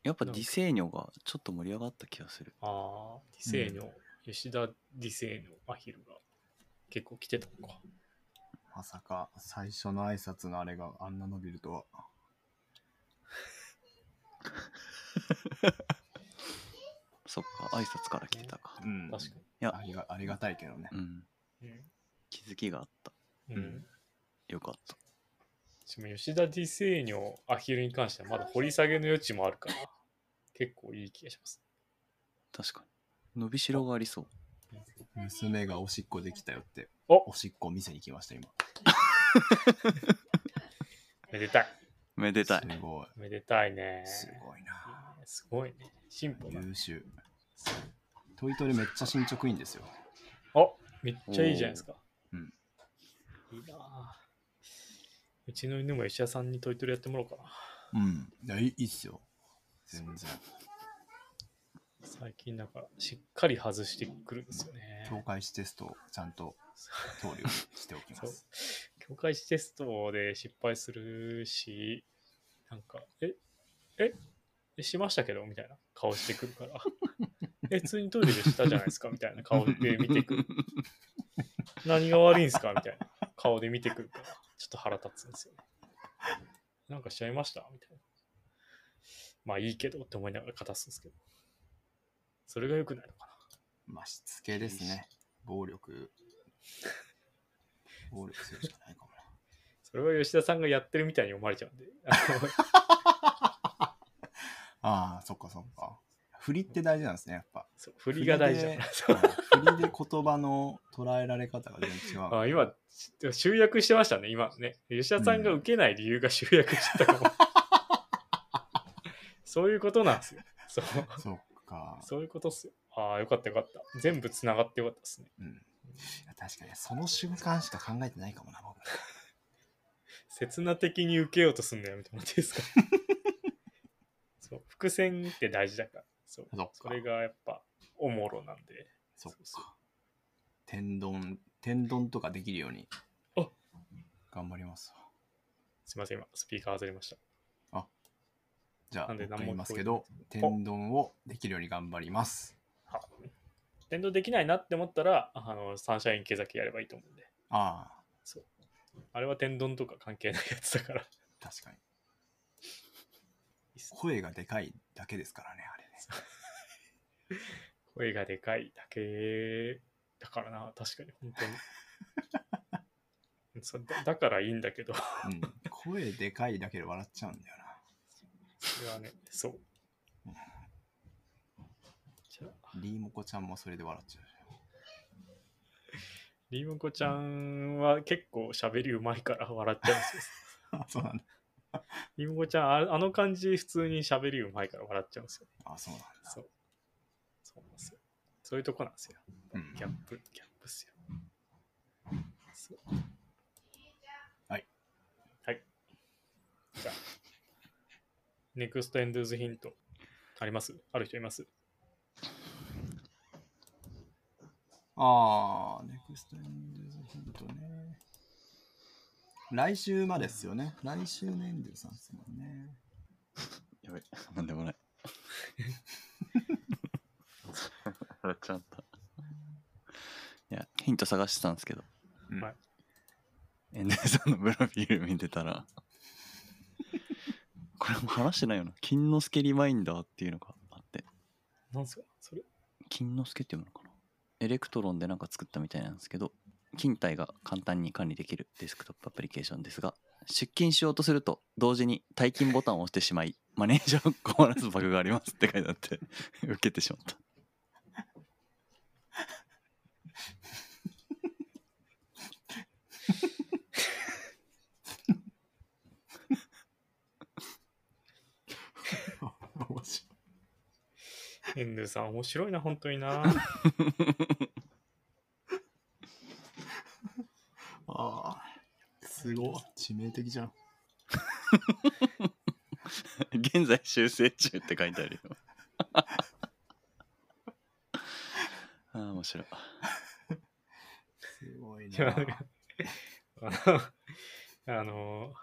Speaker 4: やっぱディセーニョがちょっと盛り上がった気がする
Speaker 2: ああ、ディセーニョ、吉田ディセーニョ、アヒルが結構来てたのか。
Speaker 3: まさか、最初の挨拶のあれがあんな伸びるとは。
Speaker 4: そっか挨拶から来てたか
Speaker 3: うん。
Speaker 2: 確か
Speaker 3: ありがありがたいけどね
Speaker 4: う。ん
Speaker 2: に。
Speaker 4: 気づきがあった
Speaker 2: うん。
Speaker 3: う
Speaker 2: うんん、
Speaker 4: よかった
Speaker 2: しかも吉田ディセーニョ、アヒルに関してはまだ掘り下げの余地もあるから、結構いい気がします。
Speaker 4: 確かに伸びしろがありそう
Speaker 3: 娘がおしっこできたよって、
Speaker 2: お
Speaker 3: おしっこ見せに来ました、今。
Speaker 2: めでたい。
Speaker 4: めでたい
Speaker 3: すごい。
Speaker 2: めでたいね。
Speaker 3: すごい
Speaker 2: いい
Speaker 3: な。
Speaker 2: ねすごいね。進歩だね
Speaker 3: 優秀。トイトレめっちゃ進捗いいんですよ。
Speaker 2: あめっちゃいいじゃないですか。
Speaker 3: おーうん
Speaker 2: いいなあうちの犬も吉田さんにトイトレやってもらおうかな。
Speaker 3: うん。いや、いいいいっすよ。全然。
Speaker 2: 最近なんかしっかり外してくるんですよ
Speaker 3: 境
Speaker 2: ね。
Speaker 3: 界視テストをちゃんと通るようにしておきま
Speaker 2: そう
Speaker 3: す。。
Speaker 2: 境界視テストで失敗するし、なんか、え、え、えしましたけどみたいな顔してくるから。 え、普通にトイレでしたじゃないですかみたいな顔で見て くる。何が悪いんですかみたいな顔で見てくるから、ちょっと腹立つんですよね。なんかしちゃいましたみたいな。まあいいけどって思いながら片すんですけど。それが良くないのかな。
Speaker 3: まあ、しつけですね。暴力。暴力するしかないかもな。
Speaker 2: それは吉田さんがやってるみたいに思われちゃうんで。あの
Speaker 3: ああ、そっかそっか。振りって大事なんですね、やっぱ。
Speaker 2: そう振りが大事だ
Speaker 3: 振
Speaker 2: か
Speaker 3: り
Speaker 2: ら
Speaker 3: で
Speaker 2: そう
Speaker 3: うん振りで言葉の捉えられ方が全 然違う。
Speaker 2: あ今、し集約してましたね、今ね。吉田さんが受けない理由が集約してたかも。 そういうことなんですよ。そう
Speaker 3: そっか。
Speaker 2: そういうことっすよ。ああ、よかったよかった。全部つながってよかったですね。
Speaker 3: うん、いや確かに、その瞬間しか考えてないかもな、僕。
Speaker 2: 刹那的に受けようとすんだよみたいな感じ ですか。そう伏線って大事だから。そう
Speaker 3: そっか
Speaker 2: それがやっぱおもろなんで。
Speaker 3: そっ
Speaker 2: そうそう
Speaker 3: か。天丼、天丼とかできるように。
Speaker 2: あ
Speaker 3: 頑張りますわ。
Speaker 2: すいません、今、スピーカー外れました。
Speaker 3: じゃあ、
Speaker 2: なんで
Speaker 3: 僕が
Speaker 2: 何も
Speaker 3: 言いますけど、
Speaker 2: えない
Speaker 3: 天丼をできるように頑張ります。
Speaker 2: あ伝道できないなって思ったら、あのサンシャイン池崎やればいいと思うんで。
Speaker 3: ああ、
Speaker 2: そう。あれは天丼とか関係ないやつだから。い
Speaker 3: 確かに。
Speaker 2: いっす
Speaker 3: 声がでかいだけですからね、あれね。
Speaker 2: 声がでかいだけだだからな、確かに、本当に。そうだだからいいんだけど、
Speaker 3: うん、声でかいだけで笑っちゃうんだよな。
Speaker 2: それはね、そう。じゃあ、
Speaker 3: リーモコちゃんもそれで笑っちゃう。
Speaker 2: りんこちゃんは結構喋りうまいから笑っちゃうんですよ。
Speaker 3: あ、そうなんだ。
Speaker 2: りんごちゃん、ああの感じ、普通に喋りうまいから笑っちゃうんですよ。
Speaker 3: あ、そうなんだ。
Speaker 2: そう。そうなんですよ。そういうとこなんですよ。
Speaker 3: うん
Speaker 2: ギャップ、ギャップっすよ。そう
Speaker 3: はい。
Speaker 2: はい。じゃあ、ネクストエンドゥーズヒント、ありますある人います
Speaker 3: ああ、ネクストエンデルズヒントね。来週までっすよね。来週のエンデルさんですもんね。
Speaker 4: やべ、 なんでもない。笑っちゃった。いや、ヒント探してたんですけど、
Speaker 3: うん
Speaker 2: はい
Speaker 4: エンデルさんのプロフィール見てたら、これも話してないよな。金之助リマインダーっていうのがあって、
Speaker 2: なんすかそれ
Speaker 4: 金之助って読むのかなエレクトロンでなんか作ったみたいなんですけど、勤怠が簡単に管理できるデスクトップアプリケーションですが、出勤しようとすると同時に退勤ボタンを押してしまい、マネージャーを困らすバグがありますって書いてあって、 受けてしまった。
Speaker 3: 面白い
Speaker 2: エンドゥさん、面白いな、 本当にな。
Speaker 3: ああ、すごい。致命的じゃん。
Speaker 4: 現在修正中って書いてあるよ。 ああ、面白い。
Speaker 3: すごい
Speaker 2: いや
Speaker 3: な
Speaker 2: なん。かあのあの、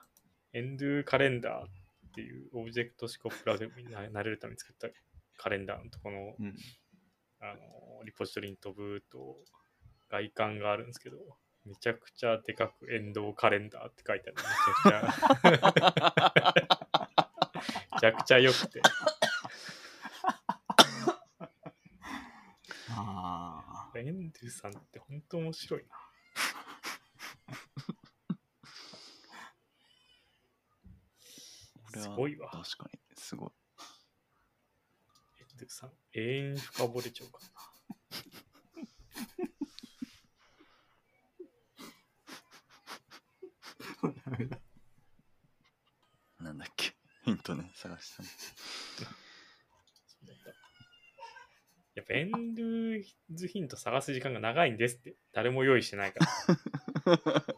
Speaker 2: エンドゥカレンダーっていうオブジェクト思考プログラムにななれるために作ったカレンダーのとこの
Speaker 3: うん。
Speaker 2: あのリポジトリに飛ぶと外観があるんですけど、めちゃくちゃでかくエンドカレンダーって書いてある。めちゃくちゃ、めちゃくちゃ良くて。
Speaker 3: あ
Speaker 2: エンドゥさんって本当面白いな。
Speaker 4: れは
Speaker 2: すごいわ。
Speaker 4: 確かに、すごい。
Speaker 2: エンドゥさん、永遠に深掘れちゃうからな。
Speaker 3: あ、ダメだ。
Speaker 4: なんだっけ。ヒントね、探してた の
Speaker 2: そうだったやっぱエンドゥズヒント探す時間が長いんですって。誰も用意してないから。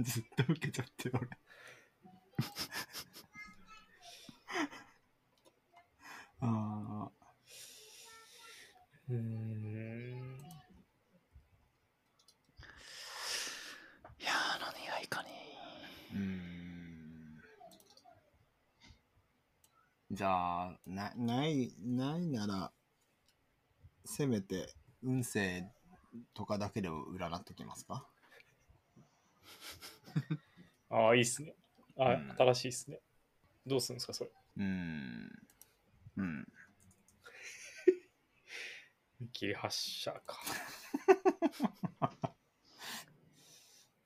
Speaker 3: ずっと受けちゃってる 俺。ああ、
Speaker 2: うーん。
Speaker 4: いやー、何がいいかね。
Speaker 3: うーん。じゃあ、な、
Speaker 6: ない、ないなら、せめて、
Speaker 3: 運勢とかだけでも占っときますか
Speaker 2: ああ、いいっすね。あ、
Speaker 3: うん
Speaker 2: 新しいっすね。どうするんですか、それ。
Speaker 3: うーん。うん。
Speaker 2: 見切り発車か。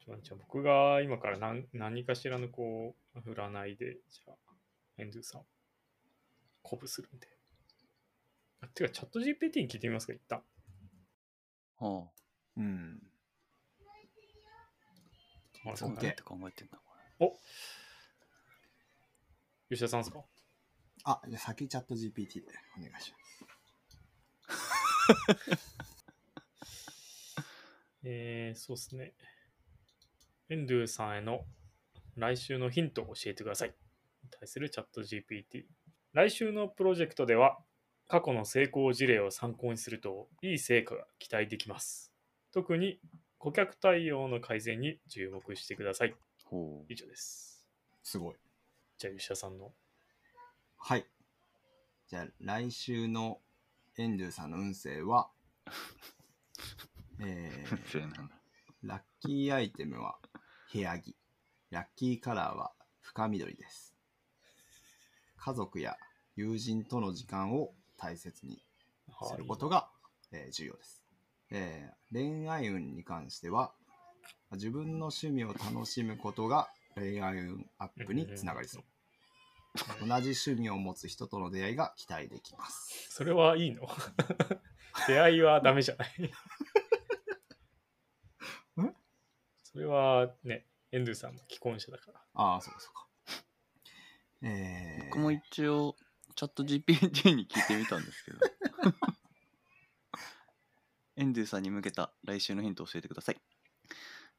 Speaker 2: ちょじゃあ僕が今から何何かしらのこう、占いで、じゃあ、エンドゥさん、鼓舞するんで。あてか、チャット GPT に聞いてみますか、一旦。
Speaker 4: は
Speaker 3: うん。
Speaker 2: あ
Speaker 4: あ、
Speaker 2: そ
Speaker 4: そうう
Speaker 2: だね
Speaker 4: なん
Speaker 3: OK
Speaker 4: て考えてんだ、こ
Speaker 2: 吉田さんですか
Speaker 3: あ、じゃあ先チャット GPT でお願いします。
Speaker 2: えー、そうですね。エンドゥさんへの来週のヒントを教えてください。に対するチャット GPT。来週のプロジェクトでは、過去の成功事例を参考にすると、いい成果が期待できます。特に、顧客対応の改善に注目してください。
Speaker 4: れ。ほ
Speaker 2: 以上です。
Speaker 3: すごい。
Speaker 2: じゃあ、吉田さんの。
Speaker 3: はい。じゃあ来週のエンドゥさんの運勢 は、え
Speaker 4: う。
Speaker 3: ー、
Speaker 4: なんだ。
Speaker 3: ラッキーアイテムは部屋着。ラッキーカラーは深緑です。家族や友人との時間を大切に。
Speaker 2: あはい
Speaker 3: することが、えー重要です、えー恋愛運に関しては自分の趣味を楽しむことが恋愛運アップにつながりそう同じ趣味を持つ人との出会いが期待できます
Speaker 2: それはいいの 出会いはダメじゃない
Speaker 6: ん
Speaker 2: それはね、エンドゥさんも既婚者だから。
Speaker 3: ああそうかそうかえー
Speaker 4: 僕も一応チャット GPT に聞いてみたんですけど エンドゥさんに向けた来週のヒントを教えてください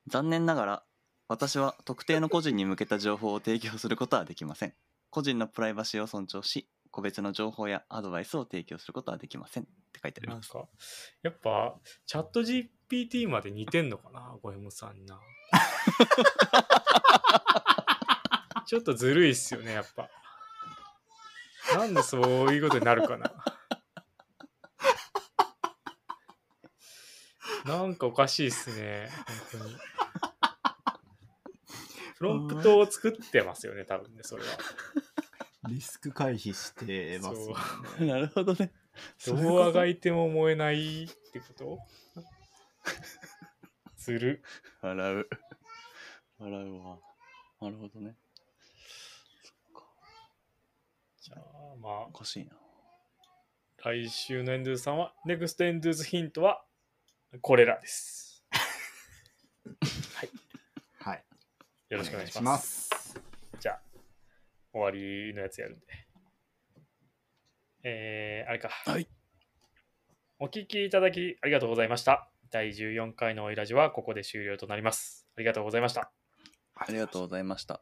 Speaker 4: 残念ながら私は特定の個人に向けた情報を提供することはできません個人のプライバシーを尊重し個別の情報やアドバイスを提供することはできませんって書いてあり
Speaker 2: なん
Speaker 4: ます
Speaker 2: か、やっぱ、チャット GPT まで似てんのかな、ゴエモさんにな。 ちょっとずるいっすよね、やっぱ。なんでそういうことになるかな。なんかおかしいっすね、本当に。プロンプトを作ってますよね、多分ね、それは。
Speaker 3: リスク回避してますもんね
Speaker 4: なるほどね
Speaker 2: どうあがいても燃えないってことする。
Speaker 4: 笑う笑うわなるほどね
Speaker 2: じゃあ、ま
Speaker 4: おかしいな
Speaker 2: あ、来週のエンドゥーズさんは、ネクストエンドゥーズヒントは、これらです。
Speaker 3: はい
Speaker 2: よろしくお願いします。
Speaker 3: す
Speaker 2: じゃあ、終わりのやつやるんで。えー、あれか。
Speaker 4: はい。
Speaker 2: お聞きいただきありがとうございました。第14回のオイラジはここで終了となります。ありがとうございました。
Speaker 4: ありがとうございました